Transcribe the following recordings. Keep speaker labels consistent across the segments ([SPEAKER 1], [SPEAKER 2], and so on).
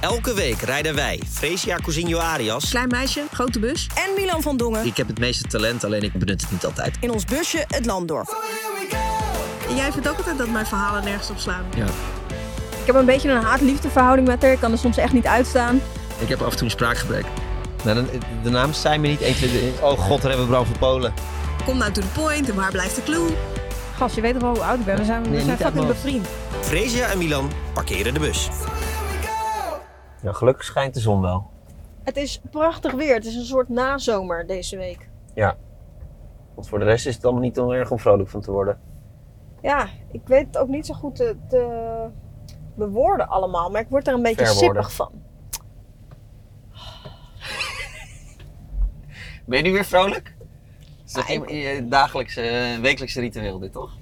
[SPEAKER 1] Elke week rijden wij Fresia Cousinho Arias.
[SPEAKER 2] Klein meisje, grote bus.
[SPEAKER 3] en Milan van Dongen
[SPEAKER 1] Ik heb het meeste talent, alleen ik benut het niet altijd.
[SPEAKER 3] in ons busje het land door.
[SPEAKER 2] En jij vindt ook altijd dat mijn verhalen nergens op slaan.
[SPEAKER 1] Ja.
[SPEAKER 4] Ik heb een beetje een haat-liefde verhouding met haar. Ik kan er soms echt niet uitstaan.
[SPEAKER 1] Ik heb af en toe een spraakgebrek. Nou, de, de naam zijn me niet 1, 2, 3. Oh god, daar hebben we Bram van Polen.
[SPEAKER 2] Kom nou to the point en waar blijft de clue?
[SPEAKER 4] Gast, je weet toch wel hoe oud ik ben? We zijn, we
[SPEAKER 1] Nee,
[SPEAKER 4] zijn
[SPEAKER 1] niet uit
[SPEAKER 4] fucking
[SPEAKER 1] mijn hoofd.
[SPEAKER 4] bevriend.
[SPEAKER 1] Fresia en Milan parkeren de bus. Nou, gelukkig schijnt de zon wel.
[SPEAKER 4] Het is prachtig weer. Het is een soort nazomer deze week.
[SPEAKER 1] Want voor de rest is het allemaal niet heel erg om vrolijk van te worden.
[SPEAKER 4] Ja, ik weet het ook niet zo goed te, te bewoorden allemaal. Maar ik word er een beetje
[SPEAKER 1] Verwoorden.
[SPEAKER 4] sippig van.
[SPEAKER 1] Ben je nu weer vrolijk? Is dat je, je dagelijkse, eh, wekelijkse ritueel dit, toch?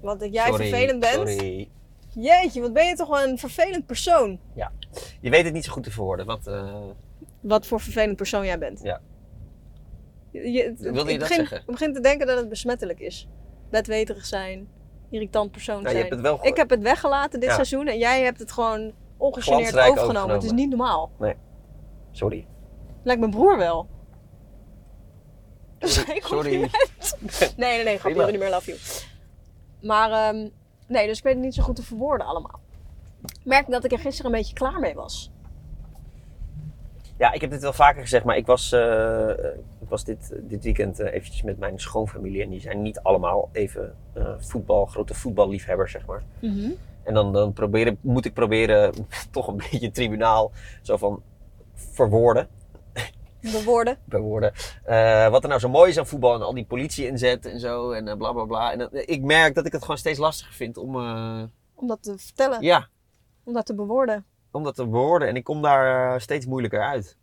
[SPEAKER 4] Want dat jij
[SPEAKER 1] Sorry,
[SPEAKER 4] vervelend bent.
[SPEAKER 1] Sorry.
[SPEAKER 4] Jeetje, wat ben je toch wel een vervelend persoon.
[SPEAKER 1] Je weet het niet zo goed te verwoorden. Wat, eh,
[SPEAKER 4] Wat voor vervelend persoon jij bent.
[SPEAKER 1] Ja.
[SPEAKER 4] Je, je- het-
[SPEAKER 1] Wilde je
[SPEAKER 4] ik
[SPEAKER 1] dat
[SPEAKER 4] begin,
[SPEAKER 1] zeggen?
[SPEAKER 4] Ik begin te denken dat het besmettelijk is. Bedweterig zijn, irritant persoon
[SPEAKER 1] nou, je
[SPEAKER 4] zijn.
[SPEAKER 1] hebt het wel gehoord.
[SPEAKER 4] Ik heb het weggelaten dit
[SPEAKER 1] Ja.
[SPEAKER 4] seizoen en jij hebt het gewoon ongegeneerd
[SPEAKER 1] Glansrijk
[SPEAKER 4] overgenomen.
[SPEAKER 1] overgenomen.
[SPEAKER 4] Het is niet normaal.
[SPEAKER 1] Sorry.
[SPEAKER 4] Lijkt mijn broer wel. Dus hij komt
[SPEAKER 1] Sorry.
[SPEAKER 4] niet meer. Nee, nee, nee, grapje,
[SPEAKER 1] Prima.
[SPEAKER 4] Rudy, meer love you. Maar, ehm, nee, dus ik weet het niet zo goed te verwoorden allemaal. Ik merk dat ik er gisteren een beetje klaar mee was.
[SPEAKER 1] Ja, ik heb dit wel vaker gezegd, maar ik was, eh, ik was dit, dit weekend eh, eventjes met mijn schoonfamilie. En die zijn niet allemaal even eh, voetbal, grote voetballiefhebbers, zeg maar. En dan, dan proberen, moet ik proberen, toch een beetje tribunaal, zo van verwoorden,
[SPEAKER 4] De woorden.
[SPEAKER 1] bewoorden. eh, wat er nou zo mooi is aan voetbal en al die politie inzet en zo en eh, bla bla bla. En dat- ik merk dat ik het gewoon steeds lastiger vind om, eh,
[SPEAKER 4] Om dat te vertellen,
[SPEAKER 1] ja,
[SPEAKER 4] om dat te bewoorden.
[SPEAKER 1] om dat te bewoorden. En ik kom daar eh, steeds moeilijker uit.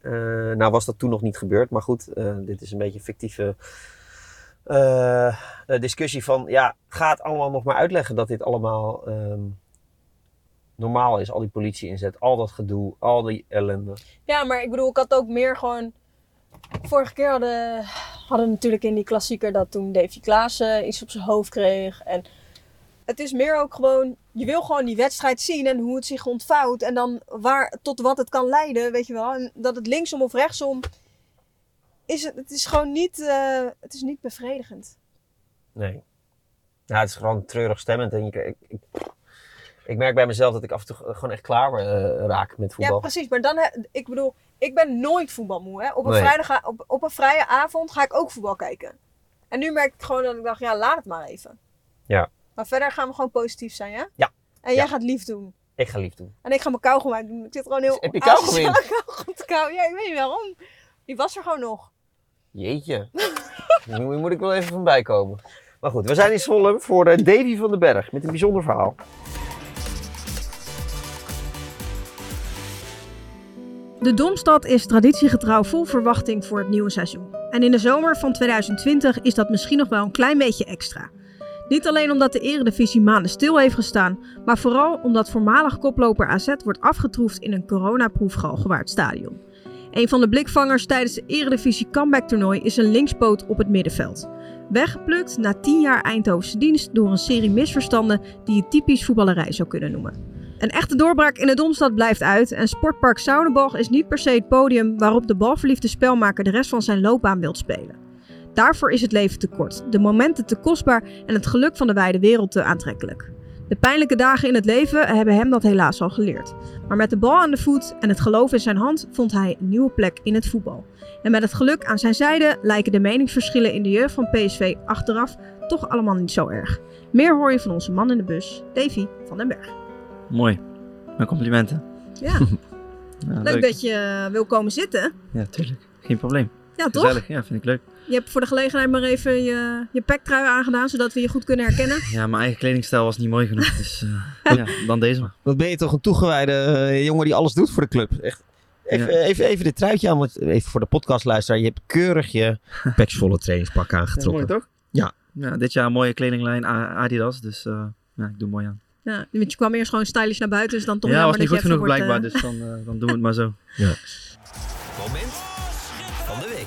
[SPEAKER 1] Eh, nou was dat toen nog niet gebeurd, maar goed, eh, dit is een beetje een fictieve eh, eh, discussie van, ja, ga het allemaal nog maar uitleggen dat dit allemaal ehm, normaal is. Al die politie inzet, al dat gedoe, al die ellende.
[SPEAKER 4] Ja, maar ik bedoel, ik had ook meer gewoon... Vorige keer hadden, hadden we natuurlijk in die klassieker dat toen Davy Klaassen iets op zijn hoofd kreeg. En het is meer ook gewoon, je wil gewoon die wedstrijd zien en hoe het zich ontvouwt. En dan waar, tot wat het kan leiden, weet je wel. En dat het linksom of rechtsom is, het, het is gewoon niet, eh, het is niet bevredigend.
[SPEAKER 1] Nee. Ja, het is gewoon treurig stemmend. En ik, ik, ik, ik merk bij mezelf dat ik af en toe gewoon echt klaar eh, raak met
[SPEAKER 4] Ja,
[SPEAKER 1] voetbal.
[SPEAKER 4] precies. Maar dan, he- ik bedoel, ik ben nooit voetbalmoe. Hè? Op, een
[SPEAKER 1] Nee.
[SPEAKER 4] vrijdag, op, op een vrije avond ga ik ook voetbal kijken. En nu merk ik gewoon dat ik dacht, ja, laat het maar even.
[SPEAKER 1] Ja.
[SPEAKER 4] Maar verder gaan we gewoon positief zijn, ja?
[SPEAKER 1] Ja.
[SPEAKER 4] En jij
[SPEAKER 1] Ja.
[SPEAKER 4] gaat lief doen.
[SPEAKER 1] Ik ga lief doen.
[SPEAKER 4] En ik ga mijn kauwgom uit doen. Ik zit gewoon heel...
[SPEAKER 1] Heb je kauwgom
[SPEAKER 4] asociaal
[SPEAKER 1] in?
[SPEAKER 4] kauwgom te kauwen. Ja, ik weet niet waarom. Die was er gewoon nog.
[SPEAKER 1] Jeetje. Hier moet- hier moet ik wel even van bijkomen. Maar goed, we zijn in Zwolle voor eh, Davy van den Berg met een bijzonder verhaal.
[SPEAKER 2] De Domstad is traditiegetrouw vol verwachting voor het nieuwe seizoen. En in de zomer van 2020 is dat misschien nog wel een klein beetje extra. Niet alleen omdat de Eredivisie maanden stil heeft gestaan, maar vooral omdat voormalig koploper AZ wordt afgetroefd in een coronaproefgalgewaard stadion. Een van de blikvangers tijdens het Eredivisie comeback toernooi is een linkspoot op het middenveld. Weggeplukt na 10 jaar Eindhovense dienst door een serie misverstanden die je typisch voetballerij zou kunnen noemen. Een echte doorbraak in de Domstad blijft uit en Sportpark Zoudenboog is niet per se het podium waarop de balverliefde spelmaker de rest van zijn loopbaan wilt spelen. Daarvoor is het leven te kort, de momenten te kostbaar en het geluk van de wijde wereld te aantrekkelijk. De pijnlijke dagen in het leven hebben hem dat helaas al geleerd. Maar met de bal aan de voet en het geloof in zijn hand vond hij een nieuwe plek in het voetbal. En met het geluk aan zijn zijde lijken de meningsverschillen in de jeugd van PSV achteraf toch allemaal niet zo erg. Meer hoor je van onze man in de bus, Davy van den Berg.
[SPEAKER 5] Mooi. Mijn complimenten.
[SPEAKER 2] Ja.
[SPEAKER 5] Ja,
[SPEAKER 2] Leuk, dat je eh, wil komen zitten.
[SPEAKER 5] Ja, tuurlijk. Geen probleem.
[SPEAKER 2] Ja, toch?
[SPEAKER 5] Gezellig. Ja, vind ik leuk.
[SPEAKER 2] Je hebt voor de gelegenheid maar even je, je pektrui aangedaan, zodat we je goed kunnen herkennen.
[SPEAKER 5] Ja, mijn eigen kledingstijl was niet mooi genoeg. Dus eh, ja, dan deze maar.
[SPEAKER 1] Wat ben je toch een toegewijde eh, jongen die alles doet voor de club. Echt. Even, even, even dit truitje aan, want even voor de podcastluisteraar. Je hebt keurig je peksvolle trainingspak aangetrokken.
[SPEAKER 5] toch?
[SPEAKER 1] Ja.
[SPEAKER 5] ja. Dit jaar een mooie kledinglijn A- Adidas. Dus eh, ja, ik doe mooi aan.
[SPEAKER 2] Ja, want je kwam eerst gewoon stylish naar buiten, dus dan toch
[SPEAKER 5] ja, was
[SPEAKER 2] jammer
[SPEAKER 5] niet
[SPEAKER 2] dat
[SPEAKER 5] goed
[SPEAKER 2] je even
[SPEAKER 5] genoeg
[SPEAKER 2] wordt,
[SPEAKER 5] blijkbaar.
[SPEAKER 2] eh,
[SPEAKER 5] Dus dan, eh, dan doen we het maar zo.
[SPEAKER 1] Moment van de week.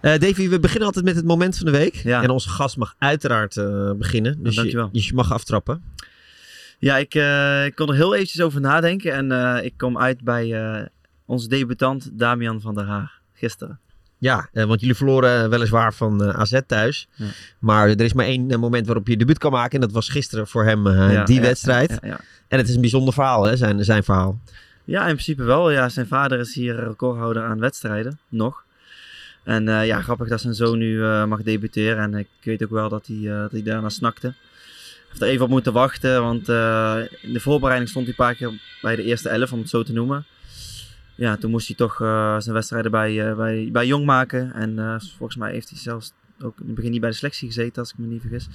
[SPEAKER 1] Eh Davy, we beginnen altijd met het moment van de week.
[SPEAKER 5] Ja.
[SPEAKER 1] En onze gast mag uiteraard eh, beginnen. Dus je,
[SPEAKER 5] dankjewel.
[SPEAKER 1] dus je mag aftrappen.
[SPEAKER 5] Ja, ik, eh, ik kon er heel eventjes over nadenken. En eh, ik kwam uit bij eh, onze debutant Damian van der Haag gisteren.
[SPEAKER 1] Ja, eh, want jullie verloren weliswaar van eh, AZ thuis.
[SPEAKER 5] Ja.
[SPEAKER 1] Maar er is maar één eh, moment waarop je debuut kan maken. En dat was gisteren voor hem eh,
[SPEAKER 5] Ja,
[SPEAKER 1] die
[SPEAKER 5] ja,
[SPEAKER 1] wedstrijd.
[SPEAKER 5] Ja, ja.
[SPEAKER 1] En het is een bijzonder verhaal, hè, zijn, zijn verhaal.
[SPEAKER 5] Ja, in principe wel. Ja, zijn vader is hier recordhouder aan wedstrijden, nog. En eh, ja, grappig dat zijn zoon nu eh, mag debuteren. En ik weet ook wel dat hij, eh, dat hij daarna snakte. Heeft er even op moeten wachten, want eh, in de voorbereiding stond hij een paar keer bij de eerste elf, om het zo te noemen. Ja, toen moest hij toch eh, zijn wedstrijden bij, eh, bij, bij Jong maken. En eh, volgens mij heeft hij zelfs ook in het begin niet bij de selectie gezeten, als ik me niet vergis.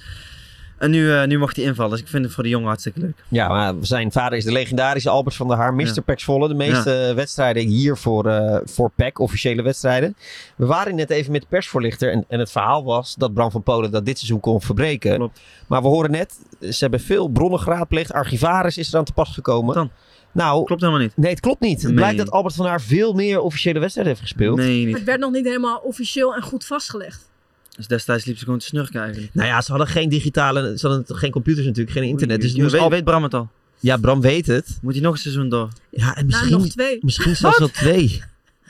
[SPEAKER 5] En nu, eh, nu mocht hij invallen, dus ik vind het voor de jongen hartstikke leuk.
[SPEAKER 1] Ja, maar zijn vader is de legendarische Albert van der Haar, Mr.
[SPEAKER 5] Ja.
[SPEAKER 1] Pax Volle. De meeste wedstrijden hier voor, eh voor PEC, officiële wedstrijden. We waren net even met de persvoorlichter en, en het verhaal was dat Bram van Polen dat dit seizoen kon verbreken.
[SPEAKER 5] Klopt.
[SPEAKER 1] Maar we horen net, ze hebben veel bronnen geraadpleegd. Archivaris is er aan te pas gekomen.
[SPEAKER 5] Dan?
[SPEAKER 1] Nou,
[SPEAKER 5] Klopt helemaal niet.
[SPEAKER 1] nee, het klopt niet. Het
[SPEAKER 5] Nee.
[SPEAKER 1] blijkt dat Albert van der Haar veel meer officiële wedstrijden heeft gespeeld.
[SPEAKER 5] Nee, niet.
[SPEAKER 4] Maar het werd nog niet helemaal officieel en goed vastgelegd.
[SPEAKER 5] Dus destijds liep ze gewoon te snurken eigenlijk.
[SPEAKER 1] Nou ja, ze hadden geen digitale, ze hadden geen computers natuurlijk, geen internet. Dus het
[SPEAKER 5] Je
[SPEAKER 1] moest
[SPEAKER 5] weet,
[SPEAKER 1] al-
[SPEAKER 5] weet Bram het al.
[SPEAKER 1] Ja, Bram weet het.
[SPEAKER 5] Moet hij nog een seizoen door?
[SPEAKER 1] Ja, en
[SPEAKER 4] Nou,
[SPEAKER 1] misschien,
[SPEAKER 4] nog twee.
[SPEAKER 1] misschien zelfs wel twee.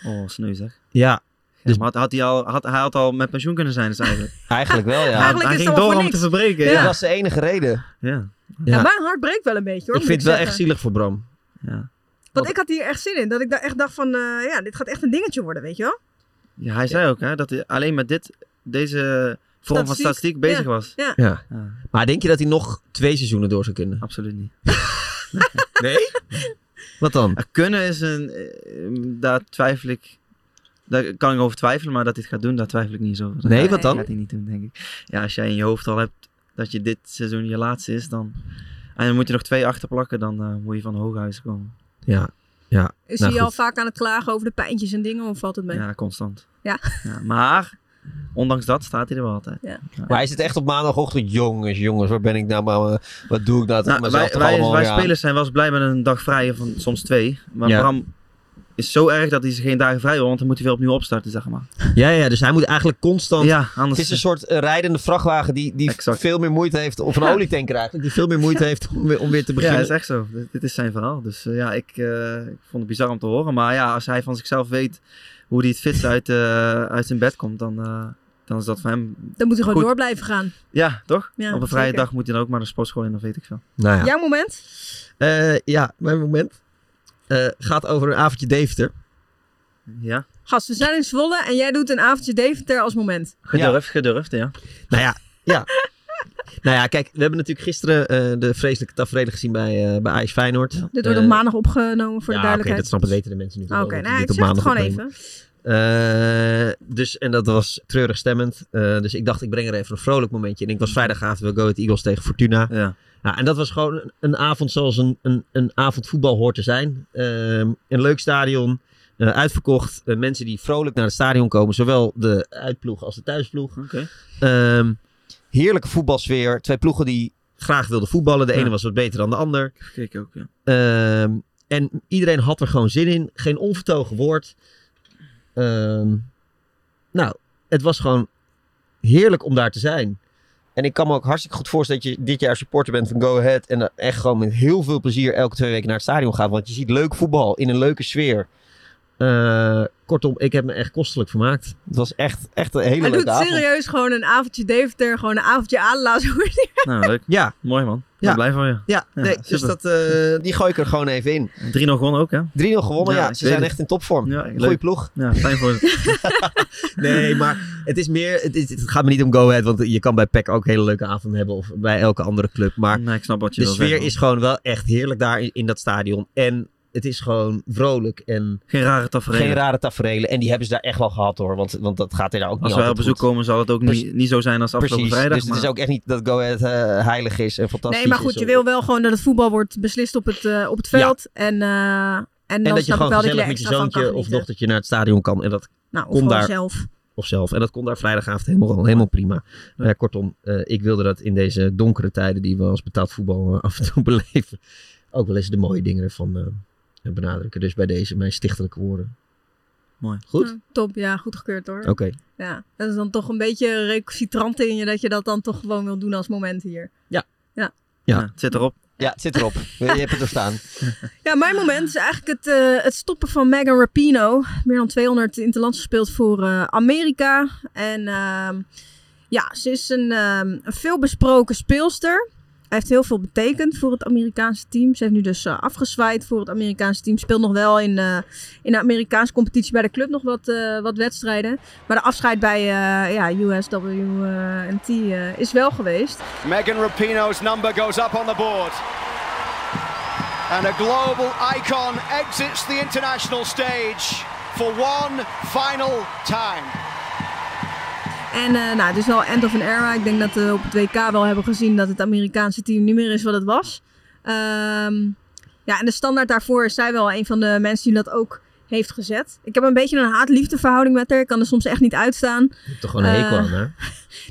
[SPEAKER 5] Oh, sneu zeg. Ja,
[SPEAKER 1] Ja, Dus-
[SPEAKER 5] maar had, had hij, al, had, hij had al met pensioen kunnen zijn dus eigenlijk.
[SPEAKER 1] eigenlijk wel ja.
[SPEAKER 5] Hij-
[SPEAKER 4] Eigenlijk
[SPEAKER 5] hij
[SPEAKER 4] is
[SPEAKER 5] ging
[SPEAKER 4] het allemaal
[SPEAKER 5] door om
[SPEAKER 4] voor
[SPEAKER 5] te verbreken.
[SPEAKER 1] Dat
[SPEAKER 5] Ja.
[SPEAKER 1] was de enige reden.
[SPEAKER 5] Ja.
[SPEAKER 4] Ja.
[SPEAKER 1] Ja.
[SPEAKER 4] mijn hart breekt wel een beetje hoor.
[SPEAKER 1] ik
[SPEAKER 4] moet
[SPEAKER 1] vind het wel echt
[SPEAKER 4] zeggen.
[SPEAKER 1] zielig voor Bram.
[SPEAKER 5] Ja.
[SPEAKER 4] Want ik had hier echt zin in. Dat ik daar echt dacht van, eh, ja, dit gaat echt een dingetje worden, weet je wel?
[SPEAKER 5] Ja, hij zei ook hè, dat hij alleen met dit, deze vorm van
[SPEAKER 4] Statistiek,
[SPEAKER 5] statistiek bezig was.
[SPEAKER 4] Ja.
[SPEAKER 1] Ja.
[SPEAKER 5] Ja,
[SPEAKER 1] Maar denk je dat hij nog twee seizoenen door zou kunnen?
[SPEAKER 5] absoluut niet.
[SPEAKER 1] Nee? Wat dan?
[SPEAKER 5] Eh, Kunnen is een, eh, daar twijfel ik, daar kan ik over twijfelen, maar dat hij het gaat doen, daar twijfel ik niet zo over. Dat
[SPEAKER 1] Nee,
[SPEAKER 5] gaat-
[SPEAKER 1] wat dan?
[SPEAKER 5] Dat gaat hij niet doen, denk ik. Ja, als jij in je hoofd al hebt dat je dit seizoen je laatste is, dan, en dan moet je nog twee achterplakken, dan eh, moet je van Hooghuizen komen.
[SPEAKER 1] Ja.
[SPEAKER 4] Is
[SPEAKER 1] Nou,
[SPEAKER 4] hij al
[SPEAKER 1] goed.
[SPEAKER 4] vaak aan het klagen over de pijntjes en dingen of valt het mee?
[SPEAKER 5] Ja, constant.
[SPEAKER 4] Ja.
[SPEAKER 5] Maar, ondanks dat staat hij er wel altijd.
[SPEAKER 1] Maar hij zit echt op maandagochtend. Jongens, jongens, waar ben ik nou? Maar, eh, wat doe ik nou? tegen
[SPEAKER 5] Nou,
[SPEAKER 1] mezelf
[SPEAKER 5] wij
[SPEAKER 1] toch
[SPEAKER 5] wij,
[SPEAKER 1] allemaal
[SPEAKER 5] wij
[SPEAKER 1] weer aan?
[SPEAKER 5] spelers zijn wel eens blij met een dag vrij, of een- soms twee. Maar
[SPEAKER 1] Ja.
[SPEAKER 5] Bram is zo erg dat hij zich geen dagen vrij wil, want dan moet hij weer opnieuw opstarten, zeg maar.
[SPEAKER 1] Ja, ja, dus hij moet eigenlijk constant...
[SPEAKER 5] ja,
[SPEAKER 1] Het
[SPEAKER 5] anders...
[SPEAKER 1] is een soort eh, rijdende vrachtwagen die, die
[SPEAKER 5] Exact.
[SPEAKER 1] veel meer moeite heeft... Of een olietanker eigenlijk, die veel meer moeite heeft om weer, om weer te
[SPEAKER 5] ja,
[SPEAKER 1] beginnen.
[SPEAKER 5] dat is echt zo. Dit, dit is zijn verhaal. Dus eh, ja, ik, eh, ik vond het bizar om te horen. Maar ja, als hij van zichzelf weet hoe hij het fitst uit, eh, uit zijn bed komt, dan, eh, dan is dat voor hem...
[SPEAKER 4] Dan moet hij gewoon
[SPEAKER 5] Goed.
[SPEAKER 4] door blijven gaan.
[SPEAKER 5] Ja, toch?
[SPEAKER 4] Ja,
[SPEAKER 5] Op een vrije
[SPEAKER 4] zeker.
[SPEAKER 5] dag moet hij dan ook maar naar de sportschool in, of weet ik veel.
[SPEAKER 1] Nou ja.
[SPEAKER 4] Jouw moment?
[SPEAKER 1] Eh, ja, mijn moment eh, gaat over een avondje Deventer.
[SPEAKER 5] Ja,
[SPEAKER 4] Gast, we zijn in Zwolle en jij doet een avondje Deventer als moment.
[SPEAKER 5] gedurfd, gedurfd, ja.
[SPEAKER 1] Nou ja, ja. nou ja, kijk, we hebben natuurlijk gisteren eh, de vreselijke tafereel gezien bij, eh bij IJs Feyenoord.
[SPEAKER 4] Dit wordt
[SPEAKER 1] Eh,
[SPEAKER 4] op maandag opgenomen voor
[SPEAKER 1] ja, oké,
[SPEAKER 4] de duidelijkheid.
[SPEAKER 1] dat snap ik, weten de mensen niet.
[SPEAKER 4] Ah, Oké, nou, ik zeg het gewoon even.
[SPEAKER 1] even. dus, en dat was treurig stemmend. Eh, dus ik dacht, ik breng er even een vrolijk momentje. En ik was vrijdagavond bij Go Ahead Eagles tegen Fortuna.
[SPEAKER 5] Ja,
[SPEAKER 1] Nou, en dat was gewoon een, een avond zoals een, een, een avond voetbal hoort te zijn. Ehm, een leuk stadion, eh, uitverkocht. Eh, mensen die vrolijk naar het stadion komen. Zowel de uitploeg als de thuisploeg.
[SPEAKER 5] oké.
[SPEAKER 1] Ehm, heerlijke voetbalsfeer. Twee ploegen die graag wilden voetballen. De
[SPEAKER 5] Ja.
[SPEAKER 1] ene was wat beter dan de ander.
[SPEAKER 5] Gekeken ook, ja.
[SPEAKER 1] Ehm, en iedereen had er gewoon zin in. Geen onvertogen woord. Ehm, nou, het was gewoon heerlijk om daar te zijn. En ik kan me ook hartstikke goed voorstellen dat je dit jaar supporter bent van Go Ahead. En er echt gewoon met heel veel plezier elke twee weken naar het stadion gaat. Want je ziet leuk voetbal in een leuke sfeer. Eh, kortom, ik heb me echt kostelijk vermaakt. Het was echt, echt een hele
[SPEAKER 4] Hij
[SPEAKER 1] leuke
[SPEAKER 4] doet
[SPEAKER 1] avond.
[SPEAKER 4] serieus gewoon een avondje Deventer, gewoon een avondje Adelaars.
[SPEAKER 5] Nou, leuk.
[SPEAKER 1] Ja,
[SPEAKER 5] Mooi man. Ik
[SPEAKER 1] Ja.
[SPEAKER 5] ben blij van je.
[SPEAKER 1] Ja,
[SPEAKER 5] Ja,
[SPEAKER 1] nee, dus
[SPEAKER 5] super.
[SPEAKER 1] dat, eh, die gooi ik er gewoon even in. 3-0
[SPEAKER 5] 3-0 gewonnen ook, hè?
[SPEAKER 1] gewonnen, ja.
[SPEAKER 5] Ja, ik
[SPEAKER 1] ze
[SPEAKER 5] weet
[SPEAKER 1] zijn
[SPEAKER 5] het.
[SPEAKER 1] echt in topvorm.
[SPEAKER 5] Ja,
[SPEAKER 1] Goeie
[SPEAKER 5] leuk.
[SPEAKER 1] ploeg.
[SPEAKER 5] Ja, fijn voor het.
[SPEAKER 1] Nee, maar het is meer... Het, is- het gaat me niet om Go Ahead, want je kan bij PEC ook hele leuke avonden hebben. Of bij elke andere club. Maar
[SPEAKER 5] nee, ik snap wat je
[SPEAKER 1] de
[SPEAKER 5] wil
[SPEAKER 1] sfeer
[SPEAKER 5] zeggen.
[SPEAKER 1] is gewoon wel echt heerlijk daar in, in dat stadion. En het is gewoon vrolijk en
[SPEAKER 5] Geen rare tafereel.
[SPEAKER 1] geen rare tafereelen. En die hebben ze daar echt wel gehad hoor, want, want dat gaat er daar ook
[SPEAKER 5] Als
[SPEAKER 1] niet
[SPEAKER 5] wij op
[SPEAKER 1] altijd
[SPEAKER 5] bezoek
[SPEAKER 1] goed.
[SPEAKER 5] komen, zal het ook
[SPEAKER 1] Precies.
[SPEAKER 5] niet, niet zo zijn als afgelopen
[SPEAKER 1] Precies,
[SPEAKER 5] vrijdag.
[SPEAKER 1] dus
[SPEAKER 5] maar
[SPEAKER 1] het is ook echt niet dat Go Ahead eh, heilig is en fantastisch
[SPEAKER 4] Nee, maar
[SPEAKER 1] is
[SPEAKER 4] goed, je
[SPEAKER 1] of-
[SPEAKER 4] wil wel gewoon dat het voetbal wordt beslist op het, eh, op het
[SPEAKER 1] Ja.
[SPEAKER 4] veld. En, eh, en,
[SPEAKER 1] En dat
[SPEAKER 4] dan
[SPEAKER 1] je
[SPEAKER 4] snap ik
[SPEAKER 1] gewoon
[SPEAKER 4] wel dat je
[SPEAKER 1] gezellig
[SPEAKER 4] er
[SPEAKER 1] met je
[SPEAKER 4] extra van kan
[SPEAKER 1] zoontje of
[SPEAKER 4] genieten.
[SPEAKER 1] dochtertje naar het stadion kan. En dat
[SPEAKER 4] Nou, of
[SPEAKER 1] Kom
[SPEAKER 4] gewoon
[SPEAKER 1] daar.
[SPEAKER 4] zelf.
[SPEAKER 1] of zelf. En dat kon daar vrijdagavond helemaal, helemaal prima. Eh, kortom, eh, ik wilde dat in deze donkere tijden die we als betaald voetbal eh, af en toe beleven, ook wel eens de mooie dingen ervan eh, benadrukken. Dus bij deze mijn stichtelijke woorden.
[SPEAKER 5] Mooi.
[SPEAKER 1] Goed?
[SPEAKER 4] Ja, top, ja, goed gekeurd hoor.
[SPEAKER 1] Oké.
[SPEAKER 4] Ja, dat is dan toch een beetje recalcitrant in je dat je dat dan toch gewoon wil doen als moment hier.
[SPEAKER 5] ja.
[SPEAKER 1] ja.
[SPEAKER 5] het zit erop.
[SPEAKER 1] Ja, het zit erop. Je hebt het doorstaan.
[SPEAKER 4] Ja, mijn moment is eigenlijk het, eh, het stoppen van Megan Rapino. Meer dan 200 interlands gespeeld voor eh, Amerika. En ehm, ja, ze is een, ehm, een veelbesproken speelster. Hij heeft heel veel betekend voor het Amerikaanse team. Ze heeft nu dus eh, afgezwaaid voor het Amerikaanse team. Speelt nog wel in, eh, in de Amerikaanse competitie bij de club nog wat, eh, wat wedstrijden. Maar de afscheid bij eh, ja, USWNT eh, is wel geweest.
[SPEAKER 6] Megan Rapinoe's number goes up on the board. And a global icon exits the international stage for one final time.
[SPEAKER 4] En eh, nou, het is wel end of an era. Ik denk dat we op het WK wel hebben gezien dat het Amerikaanse team niet meer is wat het was. Ehm, ja, en de standaard daarvoor is zij wel een van de mensen die dat ook heeft gezet. Ik heb een beetje een haat-liefde verhouding met haar. Ik kan er soms echt niet uitstaan.
[SPEAKER 7] Je hebt toch gewoon een hekel
[SPEAKER 4] Eh,
[SPEAKER 7] aan, hè?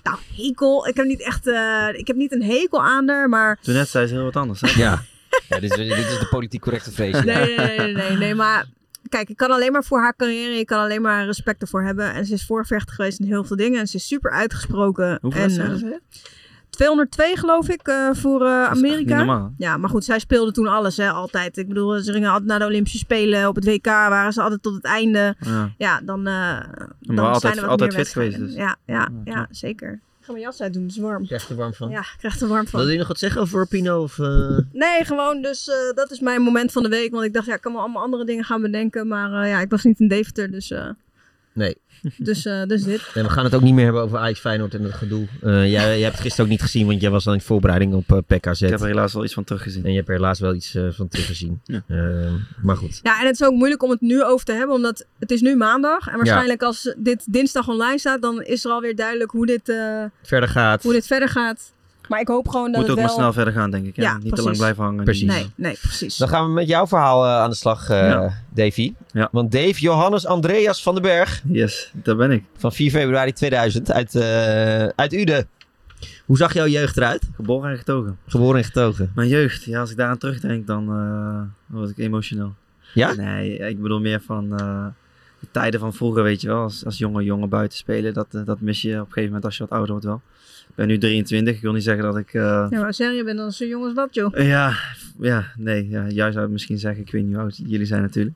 [SPEAKER 4] Nou, hekel. Ik heb niet echt, eh, ik heb niet een hekel aan haar, maar...
[SPEAKER 5] Toen net zei ze heel wat anders. Hè?
[SPEAKER 7] Ja.
[SPEAKER 1] Ja, dit, is, dit is de politiek correcte vrees.
[SPEAKER 4] Nee, nee, nee, nee, nee, nee, maar... Kijk, ik kan alleen maar voor haar carrière, ik kan alleen maar respect ervoor hebben. En ze is voorvechter geweest in heel veel dingen. En ze is super uitgesproken.
[SPEAKER 5] Hoeveel
[SPEAKER 4] en,
[SPEAKER 5] wedstrijden
[SPEAKER 4] eh,
[SPEAKER 5] ze heeft?
[SPEAKER 4] 202 geloof ik eh, voor eh,
[SPEAKER 5] Dat is echt
[SPEAKER 4] Amerika.
[SPEAKER 5] Niet normaal.
[SPEAKER 4] Ja, maar goed, zij speelden toen alles, hè, altijd. Ik bedoel, ze gingen altijd naar de Olympische Spelen. Op het WK waren ze altijd tot het einde.
[SPEAKER 5] Ja.
[SPEAKER 4] Ja, dan, eh dan
[SPEAKER 5] altijd-
[SPEAKER 4] zijn er wat
[SPEAKER 5] altijd
[SPEAKER 4] meer
[SPEAKER 5] fit geweest
[SPEAKER 4] wedstrijden.
[SPEAKER 5] dus.
[SPEAKER 4] Ja, ja, ja,
[SPEAKER 5] knap.
[SPEAKER 4] zeker. Ik ga mijn jas uitdoen, het is warm.
[SPEAKER 7] Krijg je er warm van.
[SPEAKER 4] Ja, ik krijg er warm
[SPEAKER 7] Wil
[SPEAKER 4] van.
[SPEAKER 7] je nog wat zeggen over Pino? Of, eh,
[SPEAKER 4] Nee, gewoon, dus eh, dat is mijn moment van de week. Want ik dacht, ja, ik kan wel allemaal andere dingen gaan bedenken. Maar eh, ja, ik was niet in Deventer, dus, eh,
[SPEAKER 7] Nee.
[SPEAKER 4] dus, eh, dus dit.
[SPEAKER 7] Nee, we gaan het ook niet meer hebben over Ajax Feyenoord en het gedoe. Eh, jij, jij hebt het gisteren ook niet gezien, want jij was al in voorbereiding op eh PKZ.
[SPEAKER 5] Ik heb er helaas wel iets van teruggezien.
[SPEAKER 7] En je hebt er helaas wel iets eh, van teruggezien.
[SPEAKER 5] Ja.
[SPEAKER 7] Eh, maar goed.
[SPEAKER 4] Ja, en het is ook moeilijk om het nu over te hebben, omdat het is nu maandag. En waarschijnlijk als dit dinsdag online staat, dan is er alweer duidelijk hoe dit... eh,
[SPEAKER 7] Verder gaat.
[SPEAKER 4] hoe dit verder gaat.
[SPEAKER 8] Maar ik hoop gewoon dat
[SPEAKER 5] Moet
[SPEAKER 8] het
[SPEAKER 5] ook maar
[SPEAKER 8] wel...
[SPEAKER 5] snel verder gaan, denk ik. hè?
[SPEAKER 4] Ja,
[SPEAKER 5] Niet te
[SPEAKER 4] precies.
[SPEAKER 5] lang blijven hangen.
[SPEAKER 7] Precies.
[SPEAKER 4] Nee, nee, precies.
[SPEAKER 1] Dan gaan we met jouw verhaal eh, aan de slag, eh,
[SPEAKER 5] Ja.
[SPEAKER 1] Davy.
[SPEAKER 5] Ja.
[SPEAKER 1] Want Dave Johannes Andreas van den Berg
[SPEAKER 5] Yes, daar ben ik.
[SPEAKER 1] van 4 februari 2000 uit, eh, uit Uden. Hoe zag jouw jeugd eruit?
[SPEAKER 5] Geboren en getogen.
[SPEAKER 1] Geboren en getogen.
[SPEAKER 5] Mijn jeugd, ja, als ik daaraan terugdenk, dan eh, dan word ik emotioneel.
[SPEAKER 1] Ja?
[SPEAKER 5] Nee, ik bedoel meer van eh, de tijden van vroeger, weet je wel. Als, als jonge jongen buiten spelen, dat, eh, dat mis je op een gegeven moment als je wat ouder wordt wel. Ik ben nu 23, ik wil niet zeggen dat ik... eh,
[SPEAKER 4] Ja, maar zeg, je bent dan zo jong als wat, joh.
[SPEAKER 5] ja, ja, nee, ja, jij zou het misschien zeggen, ik weet niet hoe oud jullie zijn natuurlijk.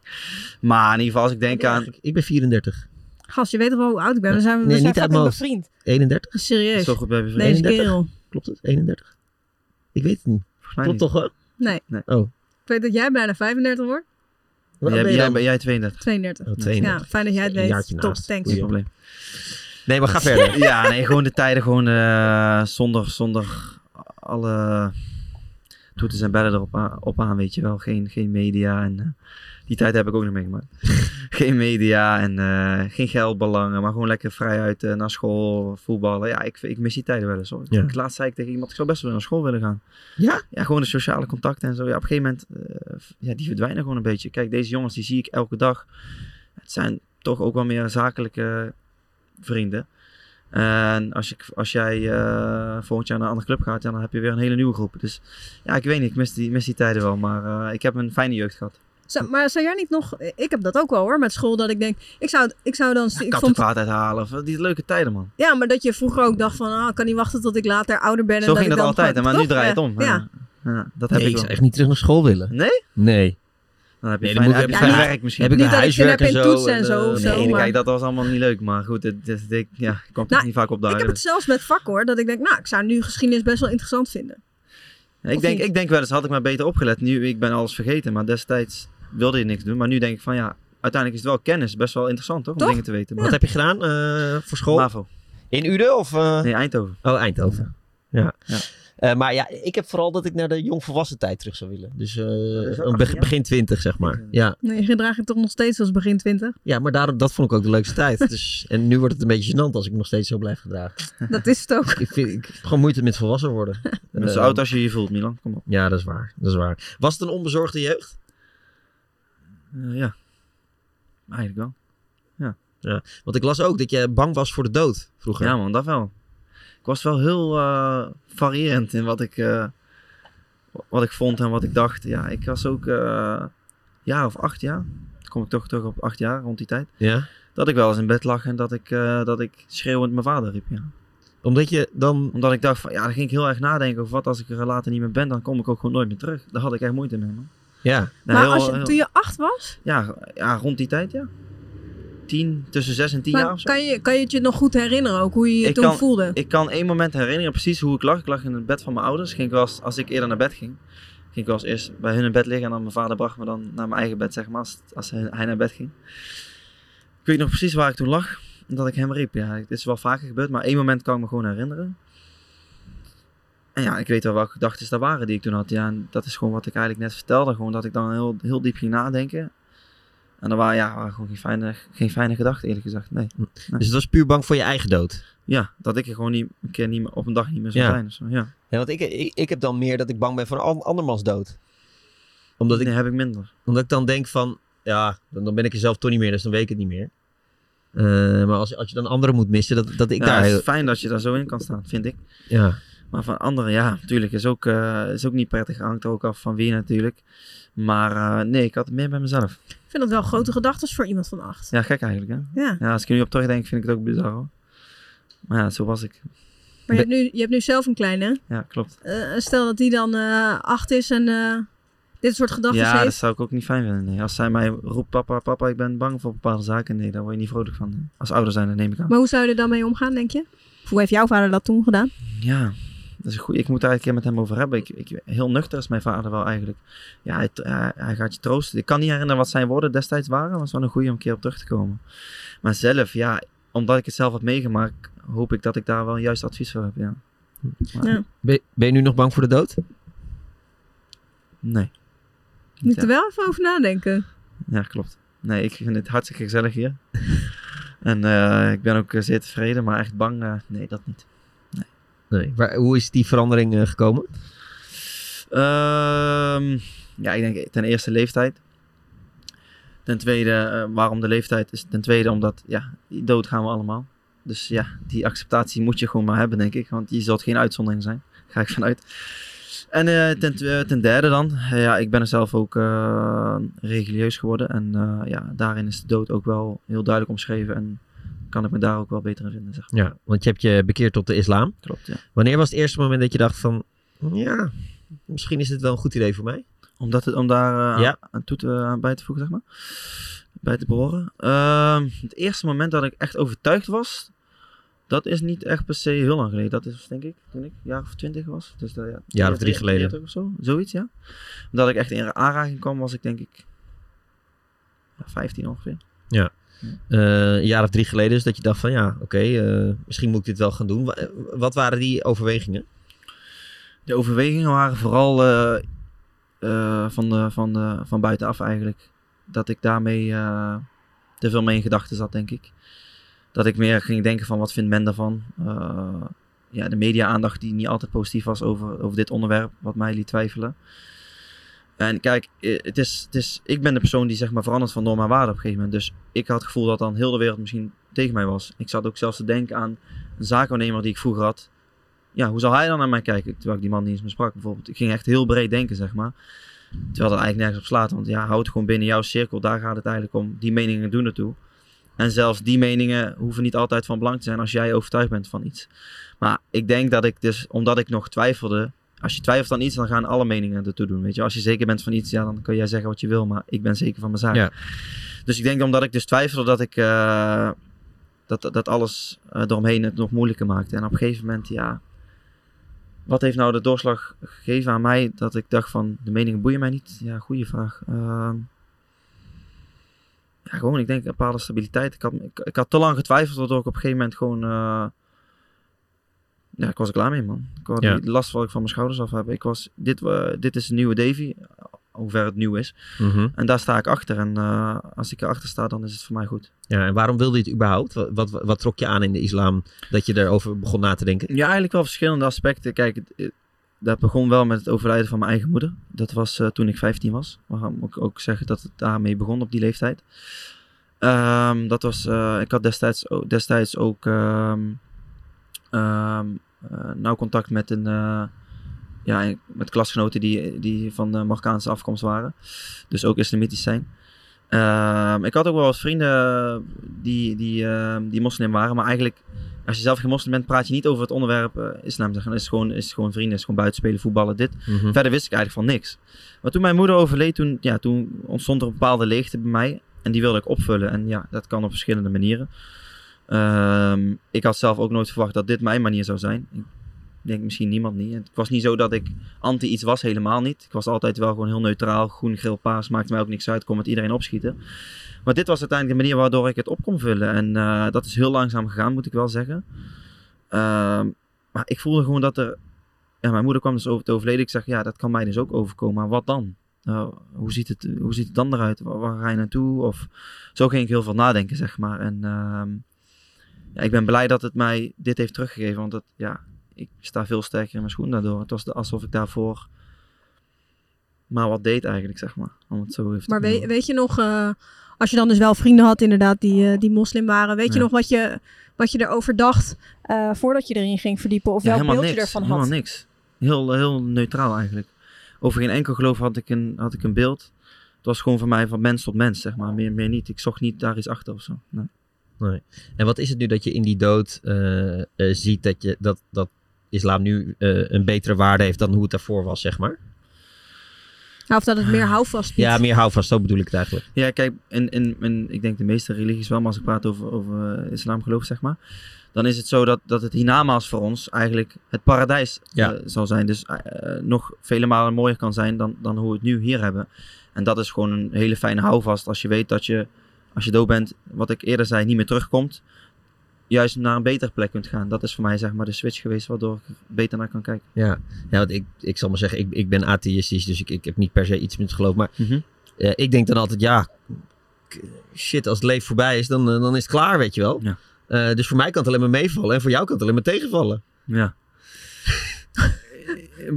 [SPEAKER 5] Maar in ieder geval, als ik denk aan...
[SPEAKER 7] Ik- Ik ben 34.
[SPEAKER 4] Gast, je weet toch wel hoe oud ik ben? We zijn, we
[SPEAKER 7] Nee,
[SPEAKER 4] zijn
[SPEAKER 7] niet uit mijn
[SPEAKER 4] fucking
[SPEAKER 7] hoofd.
[SPEAKER 4] bevriend.
[SPEAKER 7] 31?
[SPEAKER 4] Serieus.
[SPEAKER 5] Zo goed bij mijn vrienden,
[SPEAKER 4] Deze
[SPEAKER 7] 31?
[SPEAKER 4] kerel.
[SPEAKER 7] Klopt het? 31? Ik weet het niet.
[SPEAKER 5] volgens mij
[SPEAKER 7] Klopt
[SPEAKER 5] niet.
[SPEAKER 7] toch gewoon?
[SPEAKER 4] Ik weet dat jij bijna 35 wordt.
[SPEAKER 7] Hoe oud
[SPEAKER 5] Jij,
[SPEAKER 7] ben je
[SPEAKER 5] jij,
[SPEAKER 7] dan?
[SPEAKER 5] ben jij 32,
[SPEAKER 4] 32.
[SPEAKER 7] Oh, 32.
[SPEAKER 4] Ja, fijn dat jij het
[SPEAKER 7] Een
[SPEAKER 4] weet.
[SPEAKER 7] jaartje
[SPEAKER 4] Top,
[SPEAKER 7] naast.
[SPEAKER 4] thanks.
[SPEAKER 7] Goeie.
[SPEAKER 5] geen probleem.
[SPEAKER 1] Nee, maar ga verder.
[SPEAKER 5] ja, nee, gewoon de tijden gewoon eh, zonder, zonder alle toeters en bellen erop aan, op aan, weet je wel. Geen, geen media en eh, die tijd heb ik ook nog meegemaakt. geen media en eh, geen geldbelangen, maar gewoon lekker vrijuit eh, naar school, voetballen. Ja, ik, ik mis die tijden wel eens hoor.
[SPEAKER 7] Ja.
[SPEAKER 5] Ik Laatst zei ik tegen iemand, ik zou best wel weer naar school willen gaan.
[SPEAKER 7] Ja?
[SPEAKER 5] Ja, gewoon de sociale contacten en zo. Ja, op een gegeven moment, eh, v- ja, die verdwijnen gewoon een beetje. Kijk, deze jongens, die zie ik elke dag. Het zijn toch ook wel meer zakelijke vrienden. En als, ik, als jij eh, volgend jaar naar een andere club gaat, ja, dan heb je weer een hele nieuwe groep. Dus ja, ik weet niet, ik mis die, mis die tijden wel. Maar eh, ik heb een fijne jeugd gehad.
[SPEAKER 4] Zo, maar zou jij niet nog... Ik heb dat ook wel hoor, met school. Dat ik denk, ik zou, ik zou dan... ik vond,
[SPEAKER 5] Kattenkwaad uithalen, of die leuke tijden man.
[SPEAKER 4] ja, maar dat je vroeger ook dacht van... Ah, ik kan niet wachten tot ik later ouder ben. en
[SPEAKER 5] Zo ging
[SPEAKER 4] ik
[SPEAKER 5] dat
[SPEAKER 4] dan
[SPEAKER 5] altijd, hè,
[SPEAKER 4] gewoon-
[SPEAKER 5] maar nu
[SPEAKER 4] Toch?
[SPEAKER 5] draait het
[SPEAKER 4] Ja.
[SPEAKER 5] om.
[SPEAKER 4] Ja.
[SPEAKER 5] Ja, dat heb
[SPEAKER 7] Nee, ik
[SPEAKER 5] ik
[SPEAKER 7] zou
[SPEAKER 5] wel.
[SPEAKER 7] echt niet terug naar school willen.
[SPEAKER 5] Nee?
[SPEAKER 7] Nee.
[SPEAKER 5] Dan heb je
[SPEAKER 7] Nee, dan
[SPEAKER 5] fijn,
[SPEAKER 7] moet-
[SPEAKER 5] heb je
[SPEAKER 7] ja,
[SPEAKER 5] fijn
[SPEAKER 7] niet-
[SPEAKER 5] werk misschien.
[SPEAKER 7] Heb ik
[SPEAKER 4] Niet
[SPEAKER 7] de
[SPEAKER 4] dat ik zin
[SPEAKER 7] huiswerk
[SPEAKER 4] heb
[SPEAKER 7] en
[SPEAKER 4] in
[SPEAKER 7] zo.
[SPEAKER 4] toetsen en zo of
[SPEAKER 7] eh,
[SPEAKER 4] zo,
[SPEAKER 7] nee,
[SPEAKER 5] Nee,
[SPEAKER 4] maar-
[SPEAKER 5] kijk, dat was allemaal niet leuk. Maar goed, dit, dit, dit- ja, ik kwam toch
[SPEAKER 4] Nou,
[SPEAKER 5] niet vaak op
[SPEAKER 4] Ik
[SPEAKER 5] dagen.
[SPEAKER 4] heb het zelfs met vak hoor. Dat ik denk, nou, ik zou nu geschiedenis best wel interessant vinden.
[SPEAKER 5] Ja, Ik
[SPEAKER 4] Of
[SPEAKER 5] denk,
[SPEAKER 4] niet?
[SPEAKER 5] ik denk wel eens, had ik maar beter opgelet. Nu, ik ben alles vergeten, maar destijds wilde je niks doen. Maar nu denk ik van ja, uiteindelijk is het wel kennis. Best wel interessant toch, om
[SPEAKER 4] Toch?
[SPEAKER 5] dingen te weten.
[SPEAKER 7] Wat heb je gedaan eh, voor school?
[SPEAKER 5] MAVO.
[SPEAKER 1] In Uden of... eh?
[SPEAKER 5] Nee, Eindhoven.
[SPEAKER 7] Oh, Eindhoven.
[SPEAKER 1] Eh, maar ja, ik heb vooral dat ik naar de jongvolwassen tijd terug zou willen.
[SPEAKER 7] Dus eh,
[SPEAKER 5] is wel
[SPEAKER 7] een
[SPEAKER 5] acht
[SPEAKER 7] beg-
[SPEAKER 5] jaar.
[SPEAKER 7] begin 20, zeg maar. Ja,
[SPEAKER 4] Nee, je gedraagt je toch nog steeds als begin 20.
[SPEAKER 7] ja maar daarom, dat vond ik ook de leukste tijd. Dus, en nu wordt het een beetje gênant als ik nog steeds zo blijf gedragen.
[SPEAKER 4] Dat is het ook.
[SPEAKER 5] Nou,
[SPEAKER 7] Ik, vind, ik heb gewoon moeite met volwassen worden.
[SPEAKER 5] Je bent zo
[SPEAKER 7] Eh,
[SPEAKER 5] oud als je je voelt, Milan. Kom op.
[SPEAKER 7] Ja, dat is waar. Dat is waar. Was het een onbezorgde jeugd?
[SPEAKER 5] Eh, ja. Eigenlijk wel.
[SPEAKER 7] Want ik las ook dat je bang was voor de dood vroeger.
[SPEAKER 5] Ja man, dat wel. Ik was wel heel eh, variërend in wat ik, eh, wat ik vond en wat ik dacht. Ja, ik was ook eh jaar of acht jaar. Dan kom ik toch terug op acht jaar, rond die tijd.
[SPEAKER 7] Ja?
[SPEAKER 5] Dat ik wel eens in bed lag en dat ik, eh, dat ik schreeuwend mijn vader riep, ja.
[SPEAKER 1] Omdat je dan...
[SPEAKER 5] Omdat ik dacht van, ja, dan ging ik heel erg nadenken over wat als ik er later niet meer ben, dan kom ik ook gewoon nooit meer terug. Daar had ik echt moeite mee, man.
[SPEAKER 1] Ja,
[SPEAKER 5] Nou,
[SPEAKER 4] maar
[SPEAKER 5] heel-
[SPEAKER 4] als je,
[SPEAKER 5] heel-
[SPEAKER 4] toen je acht was,
[SPEAKER 5] ja, ja, rond die tijd, ja. Tien, tussen zes en tien jaar
[SPEAKER 4] maar
[SPEAKER 5] of zo.
[SPEAKER 4] kan, je, kan je het je nog goed herinneren ook, hoe je je
[SPEAKER 5] Ik
[SPEAKER 4] toen
[SPEAKER 5] kan-
[SPEAKER 4] voelde?
[SPEAKER 5] Ik kan één moment herinneren precies hoe ik lag. Ik lag in het bed van mijn ouders. Ging ik wel eens, als ik eerder naar bed ging, ging ik wel eens eerst bij hun in bed liggen. En dan mijn vader bracht me dan naar mijn eigen bed, zeg maar, als, als hij hij naar bed ging. Ik weet nog precies waar ik toen lag. en Dat ik hem riep. Ja, dit is wel vaker gebeurd, maar één moment kan ik me gewoon herinneren. En ja, ik weet wel welke gedachten daar waren die ik toen had. Ja, en dat is gewoon wat ik eigenlijk net vertelde. Gewoon dat ik dan heel, heel diep ging nadenken. En dat waren, ja, waren gewoon geen fijne, geen fijne gedachten, eerlijk gezegd. Nee.
[SPEAKER 1] dus het was puur bang voor je eigen dood.
[SPEAKER 5] Ja, dat ik er gewoon niet, een keer niet meer, op een dag niet meer zou
[SPEAKER 1] Ja.
[SPEAKER 5] zijn. Of zo. Ja.
[SPEAKER 1] Ja, want ik, ik, ik heb dan meer dat ik bang ben voor an- andermans dood. Omdat
[SPEAKER 5] Dat
[SPEAKER 1] ik,
[SPEAKER 5] heb ik minder.
[SPEAKER 1] omdat ik dan denk van... Ja, dan, dan ben ik er zelf toch niet meer, dus dan weet ik het niet meer. Eh, maar als, als je dan anderen moet missen, dat, dat ik
[SPEAKER 5] ja,
[SPEAKER 1] daar...
[SPEAKER 5] het
[SPEAKER 1] heel-
[SPEAKER 5] is fijn dat je daar zo in kan staan, vind ik.
[SPEAKER 1] Ja.
[SPEAKER 5] Maar van anderen, ja, natuurlijk. Is ook, eh, is ook niet prettig. Hangt er ook af van wie natuurlijk. Maar eh, nee, ik had het meer bij mezelf.
[SPEAKER 4] Ik vind dat wel grote gedachten voor iemand van acht.
[SPEAKER 5] Ja, gek eigenlijk, hè?
[SPEAKER 4] Ja.
[SPEAKER 5] Ja, als ik er nu op terugdenk, vind ik het ook bizar, hoor. Maar ja, zo was ik.
[SPEAKER 4] Maar je hebt, nu, je hebt nu zelf een kleine.
[SPEAKER 5] Ja, klopt.
[SPEAKER 4] Eh, stel dat die dan eh, acht is en eh, dit soort gedachten
[SPEAKER 5] ja, dat
[SPEAKER 4] heeft.
[SPEAKER 5] zou ik ook niet fijn vinden. Nee. Als zij mij roept, papa, papa, ik ben bang voor bepaalde zaken. Nee, daar word je niet vrolijk van. nee. Als ouder zijn, dat neem ik aan.
[SPEAKER 4] Maar hoe zou je er dan mee omgaan, denk je? Of hoe heeft jouw vader dat toen gedaan?
[SPEAKER 5] Ja, dat is goed. Ik moet daar een keer met hem over hebben. Ik, ik, heel nuchter is mijn vader wel eigenlijk. Ja, hij, hij, hij gaat je troosten. Ik kan niet herinneren wat zijn woorden destijds waren. Maar het is wel een goede om een keer op terug te komen. Maar zelf, ja, omdat ik het zelf had meegemaakt, hoop ik dat ik daar wel een juist advies voor heb. Ja. Maar,
[SPEAKER 4] Ja.
[SPEAKER 1] Ben, ben je nu nog bang voor de dood?
[SPEAKER 5] Nee.
[SPEAKER 4] Moet
[SPEAKER 5] Niet
[SPEAKER 4] je er wel even over nadenken.
[SPEAKER 5] Ja, klopt. Nee, ik vind het hartstikke gezellig hier. en eh, ik ben ook eh, zeer tevreden, maar echt bang. eh, nee, dat niet.
[SPEAKER 1] Nee. Waar, hoe is die verandering eh, gekomen?
[SPEAKER 5] Ehm, ja, ik denk ten eerste leeftijd. Ten tweede, eh, waarom de leeftijd is ten tweede omdat, ja, dood gaan we allemaal. Dus ja, die acceptatie moet je gewoon maar hebben, denk ik. Want je zult geen uitzondering zijn. Ga ik vanuit. En eh, ten, tw- eh, ten derde dan, eh, ja, ik ben er zelf ook eh, religieus geworden. En eh, ja, daarin is de dood ook wel heel duidelijk omschreven. En kan ik me daar ook wel beter in vinden, zeg maar.
[SPEAKER 1] Ja, want je hebt je bekeerd tot de islam.
[SPEAKER 5] Klopt, ja.
[SPEAKER 1] Wanneer was het eerste moment dat je dacht van... Ja, misschien is dit wel een goed idee voor mij?
[SPEAKER 5] Om, dat, om daar eh, aan-
[SPEAKER 1] Ja.
[SPEAKER 5] aan toe te, aan bij te voegen, zeg maar. Bij te behoren. Ehm, het eerste moment dat ik echt overtuigd was, dat is niet echt per se heel lang geleden. Dat is denk ik toen ik een jaar of twintig was. Dus, dat, ja,
[SPEAKER 1] Jaar of drie
[SPEAKER 5] 43
[SPEAKER 1] geleden.
[SPEAKER 5] Of zo, zoiets, ja. Dat ik echt in aanraking kwam, was ik denk ik ja, 15 ongeveer.
[SPEAKER 1] Eh, een jaar of drie geleden dus dat je dacht van... Ja, oké, eh, misschien moet ik dit wel gaan doen. Wa- eh, Wat waren die overwegingen?
[SPEAKER 5] De overwegingen waren vooral eh, eh, van, de, van, de, van buitenaf eigenlijk. Dat ik daarmee eh, te veel mee in gedachten zat, denk ik. Dat ik meer ging denken van wat vindt men daarvan. Eh, ja, de media-aandacht die niet altijd positief was over, over dit onderwerp, wat mij liet twijfelen. En kijk, eh, het is, het is, ik ben de persoon die zeg maar verandert van norm en waarde op een gegeven moment. Dus ik had het gevoel dat dan heel de wereld misschien tegen mij was. Ik zat ook zelfs te denken aan een zaakwaarnemer die ik vroeger had ja, hoe zal hij dan naar mij kijken? Terwijl ik die man niet eens meer sprak bijvoorbeeld. Ik ging echt heel breed denken, zeg maar. Terwijl dat eigenlijk nergens op slaat. Want ja, houd het gewoon binnen jouw cirkel. Daar gaat het eigenlijk om. Die meningen doen ertoe. En zelfs die meningen hoeven niet altijd van belang te zijn als jij overtuigd bent van iets. Maar ik denk dat ik dus, omdat ik nog twijfelde. Als je twijfelt aan iets, dan gaan alle meningen ertoe doen. Weet je? Als je zeker bent van iets, ja, dan kun jij zeggen wat je wil. Maar ik ben zeker van mijn zaak.
[SPEAKER 1] Ja.
[SPEAKER 5] Dus ik denk omdat ik dus twijfelde dat ik. eh, dat, dat- dat alles eh eromheen het nog moeilijker maakte. En op een gegeven moment, ja, wat heeft nou de doorslag gegeven aan mij dat ik dacht van de meningen boeien mij niet? Ja, goede vraag. Ehm, ja, gewoon, ik denk een bepaalde stabiliteit. Ik had, ik, ik had te lang getwijfeld, waardoor ik op een gegeven moment gewoon. eh, ja, ik was er klaar mee, man. Ik had
[SPEAKER 1] Ja.
[SPEAKER 5] die last wat ik van mijn schouders af heb. Ik was, dit, eh, dit is de nieuwe Davy, hoe ver het nieuw is.
[SPEAKER 1] Mhm.
[SPEAKER 5] En daar sta ik achter. En eh, als ik erachter sta, dan is het voor mij goed.
[SPEAKER 1] Ja, en waarom wilde je het überhaupt? Wat, wat, wat trok je aan in de islam dat je daarover begon na te denken?
[SPEAKER 5] Ja, eigenlijk wel verschillende aspecten. Kijk, het- het- dat begon wel met het overlijden van mijn eigen moeder. Dat was eh, toen ik 15 was. Waarom moet ik ook zeggen dat het daarmee begon op die leeftijd. Ehm, dat was, eh, ik had destijds, o- destijds ook ehm, ehm, eh, nauw contact met, een, eh, ja, met klasgenoten die, die van de Marokkaanse afkomst waren. Dus ook islamitisch zijn. Ehm, ik had ook wel wat vrienden die, die, ehm, die moslim waren, maar eigenlijk Als je zelf geen moslim bent, praat je niet over het onderwerp eh, islam. Zeggen, is gewoon, is gewoon vrienden, is gewoon buitenspelen, voetballen, dit.
[SPEAKER 1] Mhm.
[SPEAKER 5] Verder wist ik eigenlijk van niks. Maar toen mijn moeder overleed, toen, ja, toen ontstond er een bepaalde leegte bij mij. En die wilde ik opvullen. En ja, dat kan op verschillende manieren. Ehm, ik had zelf ook nooit verwacht dat dit mijn manier zou zijn. Ik denk misschien niemand niet. Het was niet zo dat ik anti iets was, helemaal niet. Ik was altijd wel gewoon heel neutraal. Groen, geel, paars, maakt mij ook niks uit. Kon met iedereen opschieten. Maar dit was uiteindelijk de manier waardoor ik het op kon vullen. En eh, dat is heel langzaam gegaan, moet ik wel zeggen. Ehm, maar ik voelde gewoon dat er ja, mijn moeder kwam dus over te overleden. Ik zeg, ja, dat kan mij dus ook overkomen. Maar wat dan? Eh, hoe, ziet het, hoe ziet het dan eruit? Waar, waar ga je naartoe? Of, zo ging ik heel veel nadenken, zeg maar. En ehm, ja, ik ben blij dat het mij dit heeft teruggegeven. Want dat, ja, ik sta veel sterker in mijn schoen daardoor. Het was de- alsof ik daarvoor maar wat deed eigenlijk, zeg maar. Om het zo even te
[SPEAKER 4] Maar we-
[SPEAKER 5] benoemen.
[SPEAKER 4] weet je nog, eh, als je dan dus wel vrienden had inderdaad die, eh, die moslim waren. Weet je
[SPEAKER 5] Ja.
[SPEAKER 4] nog wat je, wat je erover dacht eh, voordat je erin ging verdiepen? Of welk beeld je
[SPEAKER 5] niks,
[SPEAKER 4] ervan
[SPEAKER 5] helemaal
[SPEAKER 4] had?
[SPEAKER 5] niks. Heel, heel neutraal eigenlijk. Over geen enkel geloof had ik een, had ik een beeld. Het was gewoon voor mij van mens tot mens, zeg maar. Meer, meer niet. Ik zocht niet daar iets achter of zo. Nee.
[SPEAKER 1] En wat is het nu dat je in die dood eh, eh, ziet dat, je, dat, dat islam nu eh, een betere waarde heeft dan hoe het daarvoor was, zeg maar?
[SPEAKER 4] Ja, Nou, of dat het meer houvast biedt.
[SPEAKER 1] Ja, meer houvast, zo bedoel ik het eigenlijk.
[SPEAKER 5] Ja, kijk, in, in, in, ik denk de meeste religies wel, maar als ik praat over, over eh, islamgeloof, zeg maar. Dan is het zo dat, dat het hiernamaals voor ons eigenlijk het paradijs
[SPEAKER 1] Ja.
[SPEAKER 5] eh, zal zijn. Dus eh, eh, nog vele malen mooier kan zijn dan, dan hoe we het nu hier hebben. En dat is gewoon een hele fijne houvast als je weet dat je, als je dood bent, wat ik eerder zei, niet meer terugkomt. Juist naar een betere plek kunt gaan. Dat is voor mij zeg maar de switch geweest waardoor ik er beter naar kan kijken.
[SPEAKER 1] Ja, ja want ik, ik zal maar zeggen, ik, ik ben atheïstisch, dus ik, ik heb niet per se iets met geloof. Maar eh, ik denk dan altijd, ja, k- shit, als het leven voorbij is, dan, eh, dan is het klaar, weet je wel.
[SPEAKER 5] Ja.
[SPEAKER 1] Eh, dus voor mij kan het alleen maar meevallen en voor jou kan het alleen maar tegenvallen.
[SPEAKER 5] Ja.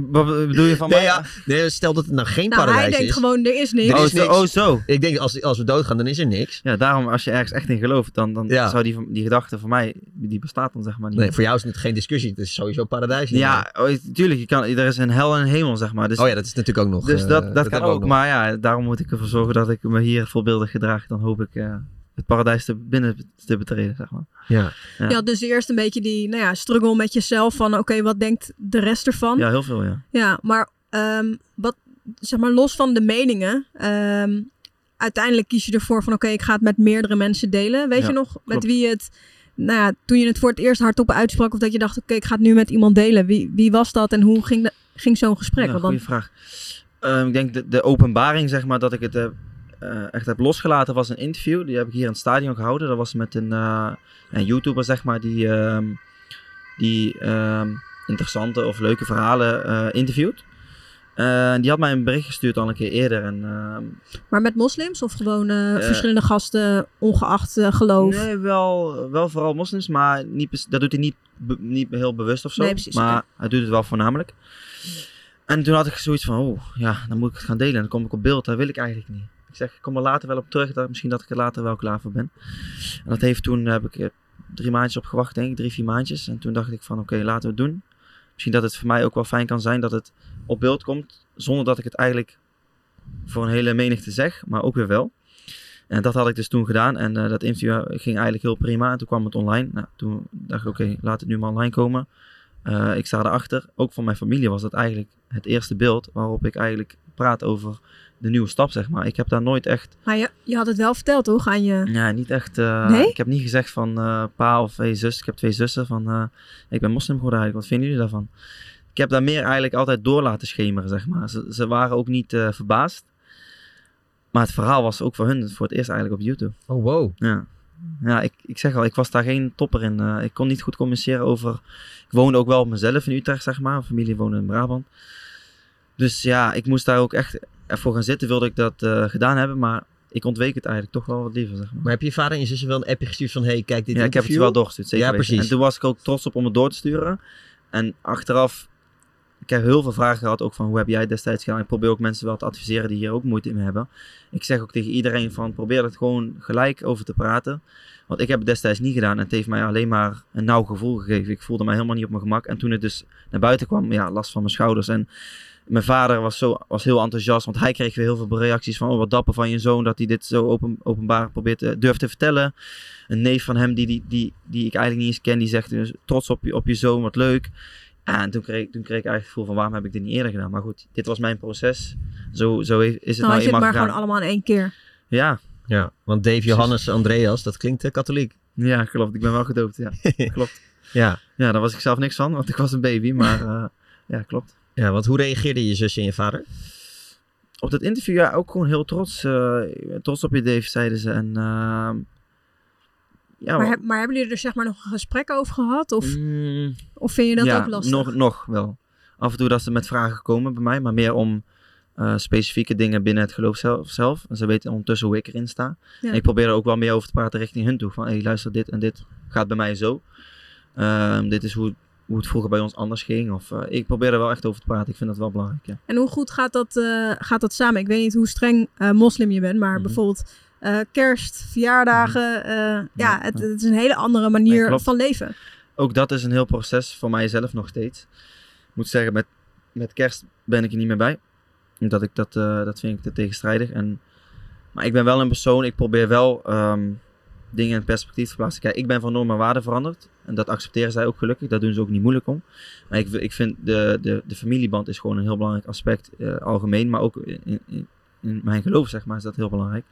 [SPEAKER 5] Wat bedoel je van
[SPEAKER 1] Nee,
[SPEAKER 5] mij?
[SPEAKER 1] ja, nee, stel dat het nou geen
[SPEAKER 4] nou, hij
[SPEAKER 1] paradijs
[SPEAKER 4] denkt
[SPEAKER 1] is.
[SPEAKER 4] gewoon, er is niks.
[SPEAKER 1] Er
[SPEAKER 5] Oh,
[SPEAKER 1] is
[SPEAKER 5] zo-
[SPEAKER 1] niks.
[SPEAKER 5] oh, zo.
[SPEAKER 1] Ik denk, als, als we doodgaan, dan is er niks.
[SPEAKER 5] Ja, daarom als je ergens echt in gelooft, dan, dan
[SPEAKER 1] Ja.
[SPEAKER 5] zou die, van- die gedachte voor mij, die bestaat dan zeg maar niet.
[SPEAKER 1] Nee, voor jou is het geen discussie. Het is sowieso paradijs.
[SPEAKER 5] ja, oh, tuurlijk, je kan, er is een hel en een hemel zeg maar. Dus,
[SPEAKER 1] Oh ja, dat is natuurlijk ook nog.
[SPEAKER 5] dus
[SPEAKER 1] eh,
[SPEAKER 5] dat, dat, kan
[SPEAKER 1] hebben we
[SPEAKER 5] ook,
[SPEAKER 1] nog.
[SPEAKER 5] maar ja, daarom moet ik ervoor zorgen dat ik me hier voorbeeldig gedraag. Dan hoop ik eh, het paradijs te binnen te betreden zeg maar.
[SPEAKER 1] Ja.
[SPEAKER 4] Ja. dus eerst een beetje die nou ja, struggle met jezelf van oké, wat denkt de rest ervan? Ja,
[SPEAKER 5] Ja, heel veel ja.
[SPEAKER 4] maar ehm, wat, zeg maar los van de meningen, ehm, uiteindelijk kies je ervoor van oké, ik ga het met meerdere mensen delen. Weet
[SPEAKER 5] Ja,
[SPEAKER 4] je nog met
[SPEAKER 5] klopt.
[SPEAKER 4] wie je het, nou ja, toen je het voor het eerst hardop uitsprak of dat je dacht oké, ik ga het nu met iemand delen. Wie, wie was dat en hoe ging, de- ging zo'n gesprek?
[SPEAKER 5] Ja,
[SPEAKER 4] Want
[SPEAKER 5] goeie
[SPEAKER 4] dan,
[SPEAKER 5] vraag. Ehm, ik denk de, de openbaring, zeg maar, dat ik het heb, eh, echt heb losgelaten, was een interview. Die heb ik hier in het stadion gehouden. Dat was met een, eh, een YouTuber, zeg maar, die, ehm, die ehm, interessante of leuke verhalen eh, interviewt. Eh, die had mij een bericht gestuurd al een keer eerder. En, ehm,
[SPEAKER 4] maar met moslims of gewoon eh,
[SPEAKER 5] Eh,
[SPEAKER 4] verschillende gasten, ongeacht eh, geloof?
[SPEAKER 5] Nee, wel, wel vooral moslims, maar niet, bes- dat doet hij niet, be- niet heel bewust of zo.
[SPEAKER 4] Nee, precies,
[SPEAKER 5] maar
[SPEAKER 4] oké.
[SPEAKER 5] hij doet het wel voornamelijk. En toen had ik zoiets van, oh ja, dan moet ik het gaan delen. Dan kom ik op beeld, dat wil ik eigenlijk niet. Ik zeg, ik kom er later wel op terug, dat, misschien dat ik er later wel klaar voor ben. En dat heeft toen, heb ik eh, drie maandjes op gewacht, denk ik, drie, vier maandjes. En toen dacht ik van, oké, laten we het doen. Misschien dat het voor mij ook wel fijn kan zijn dat het op beeld komt, zonder dat ik het eigenlijk voor een hele menigte zeg, maar ook weer wel. En dat had ik dus toen gedaan. En eh, dat interview ging eigenlijk heel prima. En toen kwam het online. Nou, toen dacht ik, oké, laat het nu maar online komen. Eh, ik sta erachter. Ook van mijn familie was dat eigenlijk het eerste beeld waarop ik eigenlijk praat over de nieuwe stap, zeg maar. Ik heb daar nooit echt,
[SPEAKER 4] Maar je, je had het wel verteld toch aan je... Nou,
[SPEAKER 5] ja, niet echt, eh,
[SPEAKER 4] Nee?
[SPEAKER 5] ik heb niet gezegd van eh, pa of hey, zus, ik heb twee zussen, van eh, ik ben moslim geworden eigenlijk, wat vinden jullie daarvan? Ik heb daar meer eigenlijk altijd door laten schemeren, zeg maar. Ze, ze waren ook niet eh, verbaasd. Maar het verhaal was ook voor hun voor het eerst eigenlijk op YouTube.
[SPEAKER 1] Oh, wow.
[SPEAKER 5] Ja. Ja, ik, ik zeg al, ik was daar geen topper in. Eh, ik kon niet goed communiceren over... Ik woonde ook wel op mezelf in Utrecht, zeg maar. Mijn familie woonde in Brabant. Dus ja, ik moest daar ook echt voor gaan zitten. Wilde ik dat eh, gedaan hebben, maar ik ontweek het eigenlijk toch wel wat liever, zeg maar.
[SPEAKER 1] Maar heb je vader en je zussen wel een appje gestuurd van... hey, kijk dit
[SPEAKER 5] ja, ik heb het
[SPEAKER 1] interview?
[SPEAKER 5] wel doorgestuurd, zeker
[SPEAKER 1] Ja,
[SPEAKER 5] weten.
[SPEAKER 1] precies.
[SPEAKER 5] En toen was ik ook trots op om het door te sturen. En achteraf... Ik heb heel veel vragen gehad, ook van hoe heb jij het destijds gedaan? Ik probeer ook mensen wel te adviseren die hier ook moeite mee hebben. Ik zeg ook tegen iedereen van probeer het gewoon gelijk over te praten. Want ik heb het destijds niet gedaan en het heeft mij alleen maar een nauw gevoel gegeven. Ik voelde mij helemaal niet op mijn gemak. En toen het dus naar buiten kwam, ja, last van mijn schouders. En Mijn vader was, zo, was heel enthousiast, want hij kreeg weer heel veel reacties van... Oh, wat dapper van je zoon dat hij dit zo open, openbaar probeert, eh, durft te vertellen. Een neef van hem, die, die, die, die ik eigenlijk niet eens ken, die zegt dus, trots op je, op je zoon, wat leuk. Ja, en toen kreeg, toen kreeg ik eigenlijk het gevoel van waarom heb ik dit niet eerder gedaan? Maar goed, dit was mijn proces. Zo, zo is het
[SPEAKER 4] Dan had
[SPEAKER 5] nou
[SPEAKER 4] je
[SPEAKER 5] eenmaal
[SPEAKER 4] het maar
[SPEAKER 5] gegaan.
[SPEAKER 4] gewoon allemaal in één keer.
[SPEAKER 5] Ja,
[SPEAKER 1] Ja, want Dave Johannes Andreas, dat klinkt eh, katholiek.
[SPEAKER 5] ja, klopt. Ik ben wel gedoopt, ja. klopt.
[SPEAKER 1] Ja.
[SPEAKER 5] Ja, daar was ik zelf niks van, want ik was een baby. Maar eh, ja, klopt.
[SPEAKER 1] ja, want hoe reageerden je zus en je vader?
[SPEAKER 5] op dat interview ja, ook gewoon heel trots. eh, trots op je, Dave, zeiden ze. En, ehm, ja,
[SPEAKER 4] Maar,
[SPEAKER 5] wa-
[SPEAKER 4] heb- maar hebben jullie er zeg maar nog een gesprek over gehad? Of,
[SPEAKER 5] Mm,
[SPEAKER 4] of vind je dat
[SPEAKER 5] ja,
[SPEAKER 4] ook lastig?
[SPEAKER 5] Nog, nog wel. Af en toe dat ze met vragen komen bij mij, maar meer om eh, specifieke dingen binnen het geloof zelf. zelf. En ze weten ondertussen hoe ik erin sta.
[SPEAKER 4] Ja.
[SPEAKER 5] En ik probeer er ook wel meer over te praten richting hun toe. Van, hey, luister, dit en dit gaat bij mij zo. Ehm, dit is hoe, hoe het vroeger bij ons anders ging. Of, eh, ik probeer er wel echt over te praten. Ik vind dat wel belangrijk, ja.
[SPEAKER 4] En hoe goed gaat dat, eh, gaat dat samen? Ik weet niet hoe streng eh, moslim je bent, maar
[SPEAKER 5] Mhm.
[SPEAKER 4] bijvoorbeeld eh, kerst, verjaardagen. eh, ja,
[SPEAKER 5] Ja,
[SPEAKER 4] het,
[SPEAKER 5] ja.
[SPEAKER 4] het is een hele andere
[SPEAKER 5] Nee,
[SPEAKER 4] manier
[SPEAKER 5] klopt.
[SPEAKER 4] van leven.
[SPEAKER 5] ook dat is een heel proces voor mijzelf nog steeds. Ik moet zeggen, met, met kerst ben ik er niet meer bij. Omdat ik dat, eh, dat vind ik te tegenstrijdig. En, maar ik ben wel een persoon, ik probeer wel ehm, dingen in perspectief te plaatsen. Kijk, ik ben van normen en waarden veranderd. En dat accepteren zij ook gelukkig. Daar doen ze ook niet moeilijk om. Maar ik, ik vind de, de, de familieband is gewoon een heel belangrijk aspect. eh, algemeen, maar ook in, in, in mijn geloof, zeg maar, is dat heel belangrijk.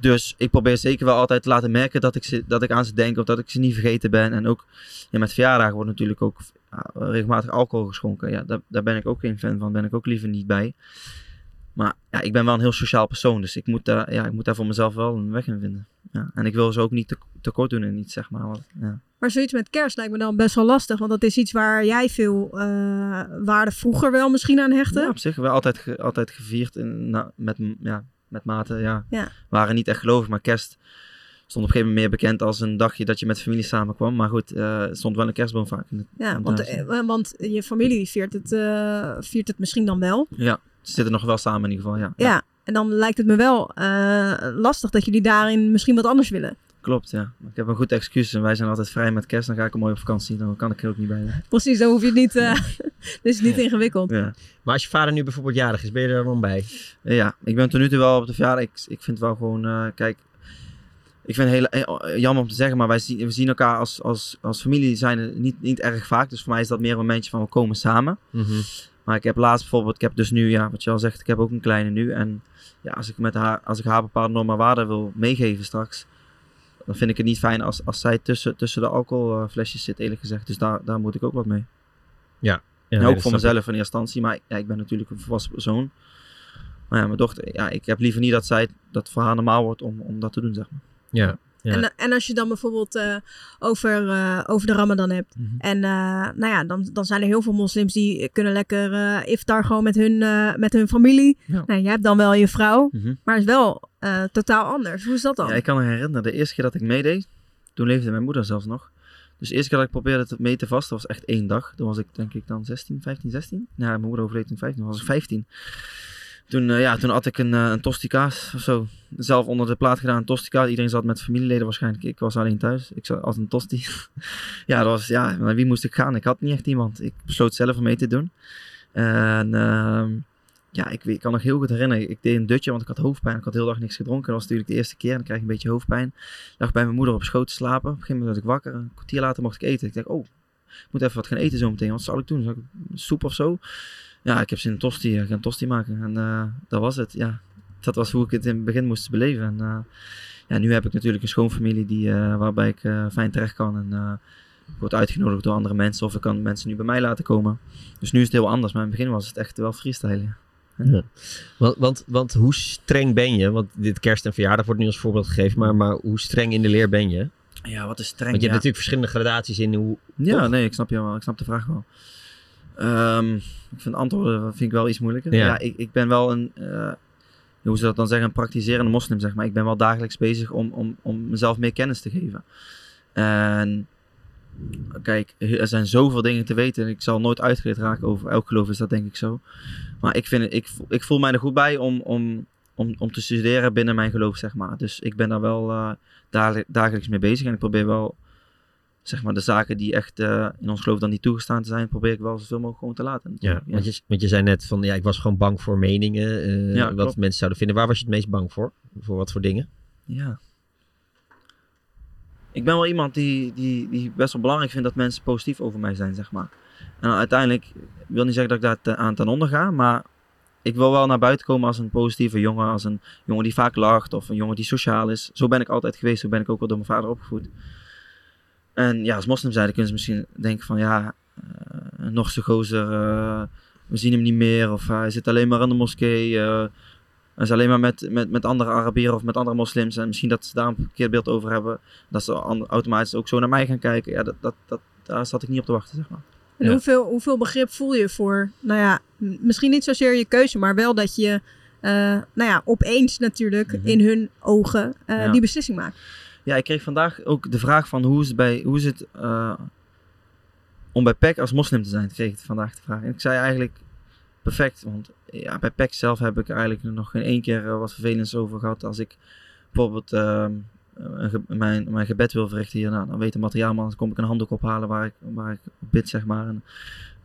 [SPEAKER 5] Dus ik probeer zeker wel altijd te laten merken dat ik, ze, dat ik aan ze denk of dat ik ze niet vergeten ben. En ook ja, met verjaardagen wordt natuurlijk ook ja, regelmatig alcohol geschonken. Ja, daar, daar ben ik ook geen fan van, ben ik ook liever niet bij. Maar ja, ik ben wel een heel sociaal persoon, dus ik moet daar, ja, ik moet daar voor mezelf wel een weg in vinden. Ja, en ik wil ze ook niet te, tekort doen en niet, zeg maar. want, ja.
[SPEAKER 4] Maar zoiets met kerst lijkt me dan best wel lastig. Want dat is iets waar jij veel eh, waarde vroeger wel misschien aan hechtte.
[SPEAKER 5] Ja, op zich wel altijd, ge- altijd gevierd in, na- met, m- ja, met mate. Ja.
[SPEAKER 4] Ja.
[SPEAKER 5] Waren niet echt gelovig, maar kerst stond op een gegeven moment meer bekend als een dagje dat je met familie samenkwam. Maar goed, eh, er stond wel een kerstboom vaak. in het-
[SPEAKER 4] Ja,
[SPEAKER 5] in
[SPEAKER 4] want,
[SPEAKER 5] het huis.
[SPEAKER 4] eh, want je familie die viert het, eh, viert het misschien dan wel.
[SPEAKER 5] ja, ze zitten nog wel samen in ieder geval. Ja,
[SPEAKER 4] Ja. En dan lijkt het me wel eh, lastig dat jullie daarin misschien wat anders willen.
[SPEAKER 5] klopt. Ja. Maar Ik heb een goed excuus en wij zijn altijd vrij met kerst. Dan ga ik mooi op vakantie, dan kan ik er ook niet bij. zijn.
[SPEAKER 4] Precies, dan hoef je het niet. eh dus niet ingewikkeld.
[SPEAKER 5] Ja.
[SPEAKER 1] Maar als je vader nu bijvoorbeeld jarig is, ben je er dan bij?
[SPEAKER 5] Ja, ik ben tot nu toe wel op de verjaardag. Ik, ik vind wel gewoon, eh, kijk, ik vind het heel eh, jammer om te zeggen, maar wij zien, we zien elkaar als, als, als familie zijn er niet, niet erg vaak. Dus voor mij is dat meer een momentje van we komen samen. Maar ik heb laatst bijvoorbeeld, ik heb dus nu, ja, wat je al zegt, ik heb ook een kleine nu. En ja, als ik, met haar, als ik haar bepaalde normen en waarden wil meegeven straks, dan vind ik het niet fijn als, als zij tussen, tussen de alcoholflesjes zit, eerlijk gezegd. Dus daar, daar moet ik ook wat mee.
[SPEAKER 1] Ja,
[SPEAKER 5] Ja,
[SPEAKER 1] nee, dat
[SPEAKER 5] ook voor
[SPEAKER 1] snap ik.
[SPEAKER 5] mezelf in eerste instantie. Maar ja, ik ben natuurlijk een volwassen persoon. Maar ja, mijn dochter, ja, ik heb liever niet dat zij dat voor haar normaal wordt om, om dat te doen, zeg maar.
[SPEAKER 1] Ja. Ja.
[SPEAKER 4] En, en als je dan bijvoorbeeld eh, over, eh, over de Ramadan hebt.
[SPEAKER 5] Mhm.
[SPEAKER 4] En eh, nou ja, dan, dan zijn er heel veel moslims die kunnen lekker eh iftar gewoon met hun, eh, met hun familie.
[SPEAKER 5] Ja.
[SPEAKER 4] Nou, jij hebt dan wel je vrouw,
[SPEAKER 5] Mhm.
[SPEAKER 4] maar het is wel eh, totaal anders. Hoe is dat dan?
[SPEAKER 5] Ja, ik kan me herinneren, de eerste keer dat ik meedeed, toen leefde mijn moeder zelfs nog. Dus de eerste keer dat ik probeerde het mee te vasten was echt één dag. Toen was ik denk ik dan 16, 15, 16. Ja, mijn moeder overleed toen 15, toen was ik 15. Toen, eh, ja, toen had ik een, eh, een tosti kaas of zo. Zelf onder de plaat gedaan, een tosti kaas. Iedereen zat met familieleden waarschijnlijk. Ik was alleen thuis. Ik zat als een tosti. ja, dat was, ja, naar wie moest ik gaan? Ik had niet echt iemand. Ik besloot zelf om mee te doen. En ehm, ja, ik, weet- ik kan nog heel goed herinneren. Ik deed een dutje, want ik had hoofdpijn. Ik had heel dag niks gedronken. Dat was natuurlijk de eerste keer. En dan krijg je een beetje hoofdpijn. Lag bij mijn moeder op schoot te slapen. Op een gegeven moment werd ik wakker. Een kwartier later mocht ik eten. Ik dacht, oh, ik moet even wat gaan eten zometeen. Wat zal ik doen? Zal ik soep of zo? Ja, ik heb zin in tosti. Ik ga een tosti maken. En eh, dat was het, ja. Dat was hoe ik het in het begin moest beleven. En eh, ja, nu heb ik natuurlijk een schoonfamilie die, eh, waarbij ik eh, fijn terecht kan. En eh, ik word uitgenodigd door andere mensen. Of ik kan mensen nu bij mij laten komen. Dus nu is het heel anders. Maar in het begin was het echt wel freestyle. ja.
[SPEAKER 1] Want, want, want hoe streng ben je? Want dit kerst en verjaardag wordt nu als voorbeeld gegeven, maar, maar hoe streng in de leer ben je? Want
[SPEAKER 5] Ja, wat is
[SPEAKER 1] je
[SPEAKER 5] streng.
[SPEAKER 1] hebt
[SPEAKER 5] ja.
[SPEAKER 1] natuurlijk verschillende gradaties in hoe...
[SPEAKER 5] ja, nee, ik snap je wel. Ik snap de vraag wel. Ehm, ik vind antwoorden vind ik wel iets moeilijker.
[SPEAKER 1] Ja.
[SPEAKER 5] Ja, ik, ik ben wel een, eh, hoe ze dat dan zeggen, een praktiserende moslim, zeg maar. Ik ben wel dagelijks bezig om, om, om mezelf meer kennis te geven. En kijk, er zijn zoveel dingen te weten en ik zal nooit uitgeleid raken over elk geloof, is dat denk ik zo. Maar ik, vind, het- ik, vo- ik voel mij er goed bij om, om, om, om te studeren binnen mijn geloof, zeg maar. Dus ik ben daar wel eh, dagel- dagelijks mee bezig en ik probeer wel zeg maar, de zaken die echt eh, in ons geloof dan niet toegestaan zijn, probeer ik wel zoveel mogelijk gewoon te laten.
[SPEAKER 1] Ja, want je, want je zei net van ja, ik was gewoon bang voor meningen, eh,
[SPEAKER 5] Ja,
[SPEAKER 1] wat
[SPEAKER 5] klopt.
[SPEAKER 1] mensen zouden vinden. Waar was je het meest bang voor? Voor wat voor dingen?
[SPEAKER 5] Ja. Ik ben wel iemand die, die, die best wel belangrijk vindt dat mensen positief over mij zijn, zeg maar. En dan uiteindelijk, ik wil niet zeggen dat ik daar te- aan ten onder ga, maar ik wil wel naar buiten komen als een positieve jongen. Als een jongen die vaak lacht of een jongen die sociaal is. Zo ben ik altijd geweest, zo ben ik ook wel door mijn vader opgevoed. En ja, als moslim zijn, dan kunnen ze misschien denken van ja, eh nog zo'n gozer, eh, we zien hem niet meer. Of hij zit alleen maar in de moskee. eh, en ze alleen maar met, met, met andere Arabieren of met andere moslims. En misschien dat ze daar een verkeerd beeld over hebben. Dat ze an- automatisch ook zo naar mij gaan kijken. Ja, dat, dat, dat, daar zat ik niet op te wachten, zeg maar.
[SPEAKER 4] En
[SPEAKER 1] Ja.
[SPEAKER 4] hoeveel, hoeveel begrip voel je voor, nou ja, m- misschien niet zozeer je keuze, maar wel dat je, eh, nou ja, opeens natuurlijk
[SPEAKER 5] Mhm.
[SPEAKER 4] in hun ogen eh,
[SPEAKER 5] Ja.
[SPEAKER 4] die beslissing maakt.
[SPEAKER 5] Ja, ik kreeg vandaag ook de vraag van hoe is het, bij, hoe is het eh, om bij PEC als moslim te zijn, kreeg ik vandaag de vraag. En ik zei eigenlijk perfect, want ja, bij PEC zelf heb ik eigenlijk nog geen één keer eh, wat vervelends over gehad. Als ik bijvoorbeeld ehm, een ge- mijn, mijn gebed wil verrichten hierna, dan weet de materiaalman, dan kom ik een handdoek ophalen waar ik, waar ik op bid, zeg maar. En,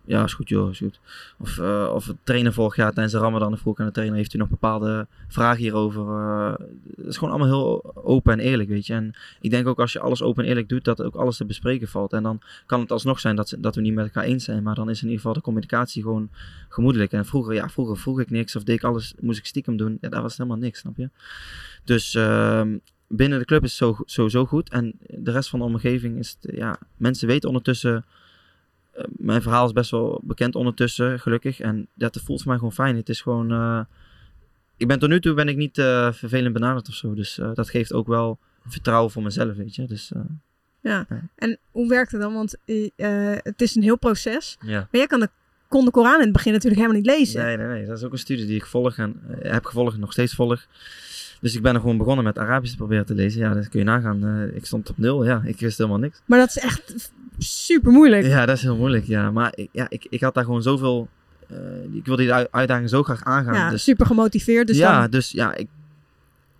[SPEAKER 5] ja, is goed joh, is goed. Of, eh of de trainer vorig jaar tijdens de ramadan, dan vroeg ik aan de trainer, heeft u nog bepaalde vragen hierover? Eh, het is gewoon allemaal heel open en eerlijk, weet je. En ik denk ook als je alles open en eerlijk doet, dat ook alles te bespreken valt. En dan kan het alsnog zijn dat, ze- dat we niet met elkaar eens zijn. Maar dan is in ieder geval de communicatie gewoon gemoedelijk. En vroeger, ja, vroeger vroeg ik niks of deed ik alles, moest ik stiekem doen. Ja, daar was helemaal niks, snap je? Dus ehm, binnen de club is het zo- sowieso goed. En de rest van de omgeving is, het, ja, mensen weten ondertussen... eh, Mijn verhaal is best wel bekend ondertussen, gelukkig. En dat voelt voor mij gewoon fijn. Het is gewoon... eh, ik ben tot nu toe ben ik niet eh, vervelend benaderd of zo. Dus eh, dat geeft ook wel vertrouwen voor mezelf, weet je. Dus, eh,
[SPEAKER 4] En hoe werkt het dan? Want eh, eh, het is een heel proces.
[SPEAKER 5] ja.
[SPEAKER 4] Maar jij kan de, kon de Koran in het begin natuurlijk helemaal niet lezen.
[SPEAKER 5] Nee, nee, nee. Dat is ook een studie die ik volg en eh, heb gevolgd en nog steeds volg. Dus ik ben er gewoon begonnen met Arabisch te proberen te lezen. Ja, dat kun je nagaan. Eh, ik stond op nul. Ja, ik wist helemaal niks.
[SPEAKER 4] Maar dat is echt super moeilijk.
[SPEAKER 5] Ja, dat is heel moeilijk. Ja, maar ik, ja, ik, ik had daar gewoon zoveel... eh, ik wilde die ui- uitdaging zo graag aangaan.
[SPEAKER 4] Ja,
[SPEAKER 5] dus
[SPEAKER 4] super gemotiveerd. Dus
[SPEAKER 5] ja,
[SPEAKER 4] dan,
[SPEAKER 5] dus ja, ik,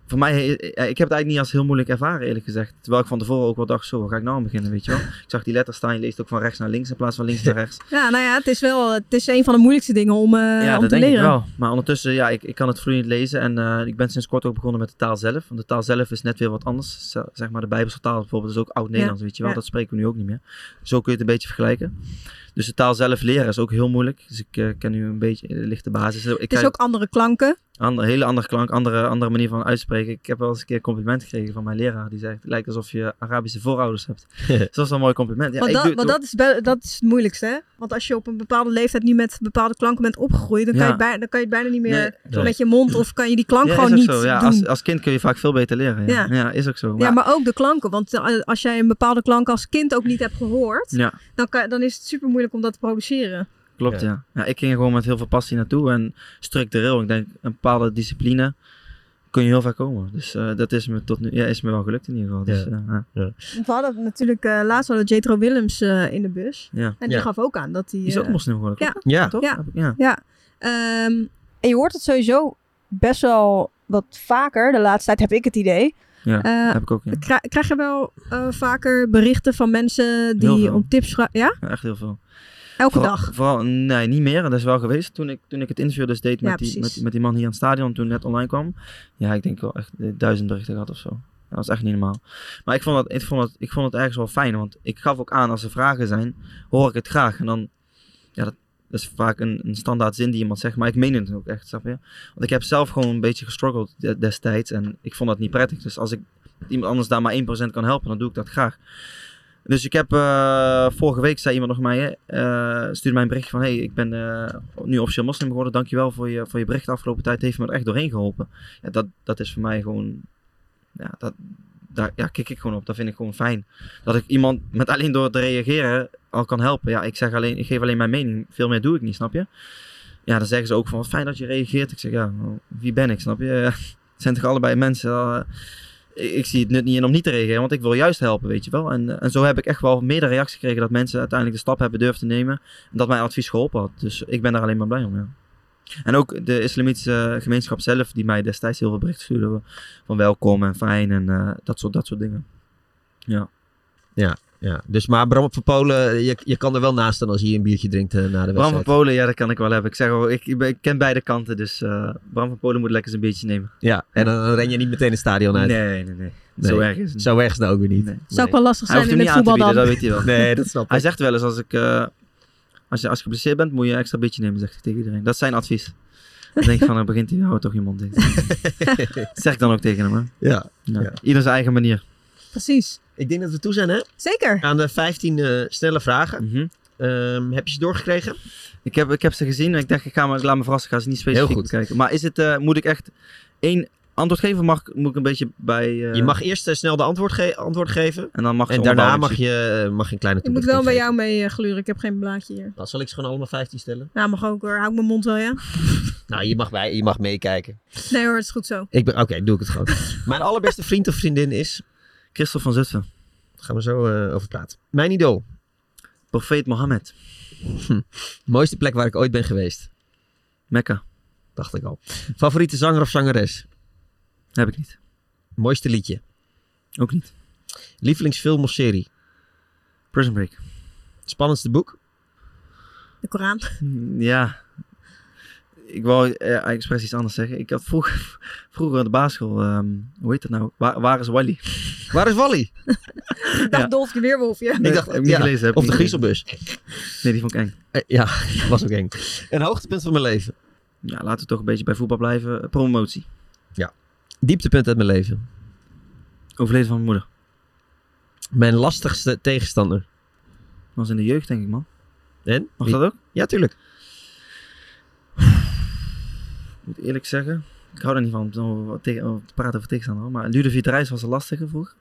[SPEAKER 5] voor mij, eh, ik heb het eigenlijk niet als heel moeilijk ervaren, eerlijk gezegd. Terwijl ik van tevoren ook wel dacht, zo, waar ga ik nou aan beginnen, weet je wel? Ik zag die letters staan, je leest ook van rechts naar links in plaats van links naar rechts.
[SPEAKER 4] ja, nou ja, het is wel het is een van de moeilijkste dingen om, eh,
[SPEAKER 5] ja,
[SPEAKER 4] om
[SPEAKER 5] dat
[SPEAKER 4] te
[SPEAKER 5] denk
[SPEAKER 4] leren.
[SPEAKER 5] ik wel. Maar ondertussen, ja, ik, ik kan het vloeiend lezen en eh, ik ben sinds kort ook begonnen met de taal zelf. Want de taal zelf is net weer wat anders. Z- Zeg maar de Bijbelse taal bijvoorbeeld is ook oud-Nederlands, weet je wel.
[SPEAKER 4] ja.
[SPEAKER 5] Dat spreken we nu ook niet meer. Zo kun je het een beetje vergelijken. Dus de taal zelf leren is ook heel moeilijk. Dus ik eh, ken nu een beetje eh, lichte basis. Ik
[SPEAKER 4] Het is ook andere klanken.
[SPEAKER 5] Ander, hele andere klank, andere, andere manier van uitspreken. Ik heb wel eens een keer een compliment gekregen van mijn leraar. Die zegt, het lijkt alsof je Arabische voorouders hebt. dus dat was wel een mooi compliment. Ja,
[SPEAKER 4] want
[SPEAKER 5] ik
[SPEAKER 4] dat,
[SPEAKER 5] doe het
[SPEAKER 4] want
[SPEAKER 5] ook.
[SPEAKER 4] dat, is be- dat is het moeilijkste. Hè? Want als je op een bepaalde leeftijd niet met bepaalde klanken bent opgegroeid, dan, kan,
[SPEAKER 5] Ja.
[SPEAKER 4] je het bijna, dan kan je het bijna niet meer
[SPEAKER 5] Nee, klopt.
[SPEAKER 4] met je mond of kan je die klank
[SPEAKER 5] Ja, is
[SPEAKER 4] gewoon
[SPEAKER 5] ook
[SPEAKER 4] niet
[SPEAKER 5] zo. Ja,
[SPEAKER 4] doen.
[SPEAKER 5] als, als kind kun je vaak veel beter leren. Ja,
[SPEAKER 4] Ja.
[SPEAKER 5] ja. is ook zo. Maar,
[SPEAKER 4] ja, maar ook de klanken. Want eh, als jij een bepaalde klank als kind ook niet hebt gehoord,
[SPEAKER 5] Ja.
[SPEAKER 4] dan, kan, dan is het super moeilijk om dat te produceren.
[SPEAKER 5] Klopt, ja. ja. ik ging er gewoon met heel veel passie naartoe en structureel. Ik denk, een bepaalde discipline kun je heel ver komen. Dus eh, dat is me tot nu ja, is me wel gelukt in ieder geval. Dus,
[SPEAKER 1] Ja.
[SPEAKER 5] eh, ja.
[SPEAKER 4] Want We hadden natuurlijk eh, laatst hadden we Jetro Willems eh, in de bus.
[SPEAKER 5] ja.
[SPEAKER 4] En die
[SPEAKER 1] Ja.
[SPEAKER 4] gaf ook aan dat hij.
[SPEAKER 5] Die is ook
[SPEAKER 4] eh,
[SPEAKER 5] moslim geworden, klopt
[SPEAKER 1] Ja.
[SPEAKER 5] toch?
[SPEAKER 4] Ja.
[SPEAKER 5] ja.
[SPEAKER 4] ja. Ehm,
[SPEAKER 9] En je hoort het sowieso best wel wat vaker. De laatste tijd heb ik het idee.
[SPEAKER 5] Ja,
[SPEAKER 4] eh,
[SPEAKER 5] heb ik ook. Ja.
[SPEAKER 4] kra- krijg je wel eh, vaker berichten van mensen
[SPEAKER 5] Heel
[SPEAKER 4] die
[SPEAKER 5] veel.
[SPEAKER 4] om tips vragen? Ja,
[SPEAKER 5] Ja, Echt heel veel.
[SPEAKER 4] elke
[SPEAKER 5] Vooral-
[SPEAKER 4] dag.
[SPEAKER 5] Vooral, nee, niet meer. Dat is wel geweest toen ik, toen ik het interview dus deed
[SPEAKER 4] Ja,
[SPEAKER 5] met, die,
[SPEAKER 4] precies.
[SPEAKER 5] met, met die man hier aan het stadion toen het net online kwam. Ja, ik denk wel echt eh, duizend berichten gehad of zo. Dat was echt niet normaal. Maar ik vond, dat, ik, vond het, ik vond het ergens wel fijn, want ik gaf ook aan als er vragen zijn, hoor ik het graag. En dan, ja, dat, dat is vaak een, een standaard zin die iemand zegt, maar ik meen het ook echt, snap je? Want ik heb zelf gewoon een beetje gestruggeld de- destijds en ik vond dat niet prettig. Dus als ik iemand anders daar maar 1% kan helpen, dan doe ik dat graag. Dus ik heb eh, vorige week zei iemand nog mij, eh stuurde mij een bericht van hey, ik ben eh, nu officieel moslim geworden. Dankjewel voor je, voor je bericht de afgelopen tijd. Het heeft me er echt doorheen geholpen. Ja, dat, dat is voor mij gewoon, ja, dat, daar ja, kik ik gewoon op. Dat vind ik gewoon fijn. Dat ik iemand met alleen door te reageren al kan helpen. Ja, ik zeg alleen, ik geef alleen mijn mening. Veel meer doe ik niet, snap je? Ja, dan zeggen ze ook van wat fijn dat je reageert. Ik zeg ja, wie ben ik, snap je? Het zijn toch allebei mensen. eh, ik, ik zie het nut niet in om niet te reageren, want ik wil juist helpen, weet je wel. En, eh, en zo heb ik echt wel meerdere reacties gekregen dat mensen uiteindelijk de stap hebben durven te nemen. En dat mijn advies geholpen had. Dus ik ben daar alleen maar blij om, ja. En ook de islamitische gemeenschap zelf, die mij destijds heel veel berichten stuurde van welkom en fijn en eh, dat, soort, dat soort dingen.
[SPEAKER 1] Ja, Ja, dus maar Bram van Polen, je, je kan er wel naast staan als hij een biertje drinkt eh, na de
[SPEAKER 5] Bram van
[SPEAKER 1] wedstrijd.
[SPEAKER 5] Polen, ja, dat kan ik wel hebben. Ik zeg al, ik, ik ben- ik ken beide kanten, dus eh, Bram van Polen moet lekker zijn beetje nemen.
[SPEAKER 1] Ja, en dan, dan ren je niet meteen het stadion uit.
[SPEAKER 5] nee, nee, nee.
[SPEAKER 1] Nee.
[SPEAKER 5] Zo erg is het niet.
[SPEAKER 1] Zo erg is het nou ook weer niet.
[SPEAKER 5] Nee.
[SPEAKER 4] Zou ook wel lastig
[SPEAKER 5] Hij
[SPEAKER 4] zijn
[SPEAKER 5] hoeft
[SPEAKER 4] in
[SPEAKER 5] hem niet
[SPEAKER 4] het
[SPEAKER 5] aan te
[SPEAKER 4] voetbal
[SPEAKER 5] bieden, dat
[SPEAKER 4] dan.
[SPEAKER 5] weet hij wel.
[SPEAKER 1] Nee, dat snap
[SPEAKER 5] Hij
[SPEAKER 1] ik.
[SPEAKER 5] zegt wel eens, als, ik, eh, als, je, als je geblesseerd bent, moet je een extra beetje nemen, zegt hij tegen iedereen. Dat is zijn advies. Dan denk ik van, dan begint hij, hou toch je mond dicht. dat zeg ik dan ook tegen hem, hè.
[SPEAKER 1] Ja.
[SPEAKER 5] Ja. Ieder zijn eigen manier.
[SPEAKER 4] Precies.
[SPEAKER 1] Ik denk dat we toe zijn hè?
[SPEAKER 4] Zeker.
[SPEAKER 1] aan de 15 eh, snelle vragen.
[SPEAKER 5] Mhm.
[SPEAKER 1] Ehm, heb je ze doorgekregen?
[SPEAKER 5] Ik heb, ik heb ze gezien en ik dacht, ik ga maar, ik laat me verrassen. Ik ga ze niet specifiek
[SPEAKER 1] Heel goed.
[SPEAKER 5] bekijken. Maar is het, eh, moet ik echt één antwoord geven? Of mag, ik- moet ik een beetje bij... eh,
[SPEAKER 1] Je mag eerst eh, snel de antwoord, ge- antwoord geven.
[SPEAKER 5] En dan mag ze
[SPEAKER 1] En daarna
[SPEAKER 5] onderbouwing
[SPEAKER 1] mag
[SPEAKER 5] zien.
[SPEAKER 1] je, eh, mag je een kleine
[SPEAKER 4] Ik moet
[SPEAKER 1] toelichting
[SPEAKER 4] wel bij
[SPEAKER 1] geven.
[SPEAKER 4] jou mee eh, gluren. Ik heb geen blaadje hier.
[SPEAKER 1] Nou, zal ik ze gewoon allemaal 15 stellen?
[SPEAKER 4] Nou, mag ook hoor. Hou ik mijn mond wel, ja?
[SPEAKER 1] Nou, je mag, bij, je mag meekijken.
[SPEAKER 4] Nee hoor, het is goed zo.
[SPEAKER 1] Ik ben- Oké, doe ik het gewoon. Mijn allerbeste vriend of vriendin is...
[SPEAKER 5] Christophe van Zutphen.
[SPEAKER 1] Daar gaan we zo eh, over praten. Mijn idool.
[SPEAKER 5] Profeet Mohammed.
[SPEAKER 1] Mooiste plek waar ik ooit ben geweest.
[SPEAKER 5] Mekka.
[SPEAKER 1] Dacht ik al. Favoriete zanger of zangeres?
[SPEAKER 5] Heb ik niet.
[SPEAKER 1] Mooiste liedje.
[SPEAKER 5] Ook niet.
[SPEAKER 1] Lievelingsfilm of serie?
[SPEAKER 5] Prison Break.
[SPEAKER 1] Spannendste boek?
[SPEAKER 4] De Koran.
[SPEAKER 5] Mm, Ja. Ik wou eh, expres iets anders zeggen. Ik had vroeger, vroeger aan de basisschool... ehm, hoe heet dat nou? Waar, waar is Wally?
[SPEAKER 1] Waar is Wally?
[SPEAKER 4] Ik dacht
[SPEAKER 5] Ja.
[SPEAKER 4] Dolf de Weerwolfje.
[SPEAKER 5] Nee,
[SPEAKER 1] dacht-
[SPEAKER 5] Eh, heb ik niet
[SPEAKER 1] ja,
[SPEAKER 5] gelezen. Heb ik
[SPEAKER 1] Of de
[SPEAKER 5] niet gelezen.
[SPEAKER 1] griezelbus?
[SPEAKER 5] Nee, die vond ik eng.
[SPEAKER 1] Eh, ja, was ook eng. Een hoogtepunt van mijn leven.
[SPEAKER 5] Ja, laten we toch een beetje bij voetbal blijven. Eh, Promotie.
[SPEAKER 1] Dieptepunt uit mijn leven.
[SPEAKER 5] Overleden van mijn moeder.
[SPEAKER 1] Mijn lastigste tegenstander.
[SPEAKER 5] was in de jeugd, denk ik, man.
[SPEAKER 1] En?
[SPEAKER 5] Mag dat ook?
[SPEAKER 1] Ja, tuurlijk.
[SPEAKER 5] Ik moet eerlijk zeggen, ik hou er niet van om te- om wat tegen- om te praten over tegenstander. hoor. Maar Ludovic Reis was een lastige vroeger.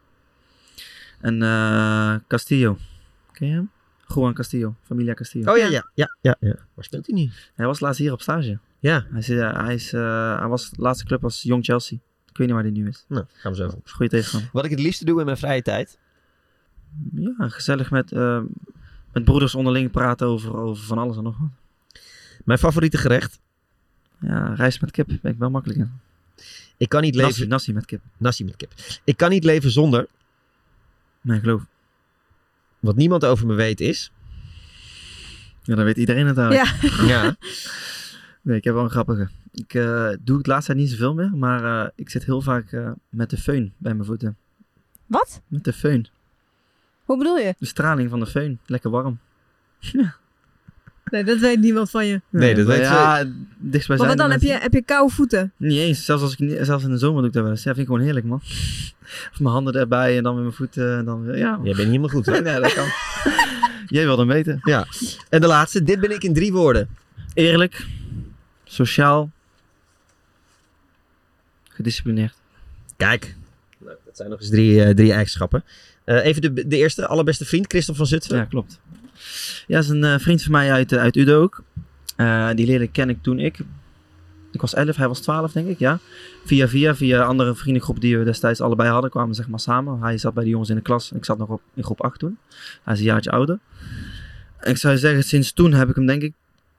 [SPEAKER 5] En eh, Castillo. Ken je hem? Juan Castillo, familia Castillo.
[SPEAKER 1] Oh ja, ja, ja, ja. ja. Waar speelt hij nu?
[SPEAKER 5] Hij was laatst hier op stage.
[SPEAKER 1] Ja.
[SPEAKER 5] Hij, is, eh, hij, is, eh, hij was de laatste club was Young Chelsea. Ik weet niet waar hij nu is.
[SPEAKER 1] Nou, gaan we zo.
[SPEAKER 5] Goeie tegenstander.
[SPEAKER 1] Wat ik het liefste doe in mijn vrije tijd.
[SPEAKER 5] Ja, gezellig met, eh, met broeders onderling praten over, over van alles en nog wat.
[SPEAKER 1] Mijn favoriete gerecht.
[SPEAKER 5] Ja, rijst met kip ben ik wel makkelijk in.
[SPEAKER 1] Ik kan niet
[SPEAKER 5] Nasi,
[SPEAKER 1] leven.
[SPEAKER 5] nasi met kip.
[SPEAKER 1] Nasi met kip. Ik kan niet leven zonder.
[SPEAKER 5] Mijn geloof.
[SPEAKER 1] Wat niemand over me weet is.
[SPEAKER 5] Ja, dan weet iedereen het eigenlijk.
[SPEAKER 4] Ja.
[SPEAKER 1] Ja.
[SPEAKER 5] Nee, ik heb wel een grappige. Ik eh, doe het laatst tijd niet zoveel meer, maar eh, ik zit heel vaak eh, met de föhn bij mijn voeten.
[SPEAKER 9] Wat?
[SPEAKER 5] Met de föhn.
[SPEAKER 9] Hoe bedoel je?
[SPEAKER 5] De straling van de föhn. Lekker warm.
[SPEAKER 4] Nee, dat weet niemand van je.
[SPEAKER 1] Nee, dat
[SPEAKER 5] maar
[SPEAKER 1] weet
[SPEAKER 5] Ja, dichtstbij
[SPEAKER 4] Maar wat
[SPEAKER 5] zijn.
[SPEAKER 4] dan? Heb je, heb je koude voeten?
[SPEAKER 5] Niet eens. Zelfs, als ik, niet- zelfs in de zomer doe ik dat wel eens. Ja, vind ik gewoon heerlijk, man. Of mijn handen erbij en dan weer mijn voeten. En dan weer, ja,
[SPEAKER 1] Jij bent niet helemaal goed hoor.
[SPEAKER 5] nee, dat kan. Jij wil dan weten.
[SPEAKER 1] En de laatste. Dit ben ik in drie woorden.
[SPEAKER 5] Eerlijk. Sociaal. Gedisciplineerd.
[SPEAKER 1] Kijk. Nou, dat zijn nog eens drie, eh, drie eigenschappen. Eh, even de, de eerste. Allerbeste vriend. Christophe van Zutphen.
[SPEAKER 5] Ja, klopt. Ja, is een eh, vriend van mij uit, eh, uit Udo ook. Eh, die leerde ken ik toen ik... Ik was 11, hij was 12 denk ik, ja. Via via, via een andere vriendengroep die we destijds allebei hadden, kwamen we zeg maar samen. Hij zat bij de jongens in de klas en ik zat nog op, in groep 8 toen. Hij is een jaartje ouder. Ik zou zeggen, sinds toen heb ik hem denk ik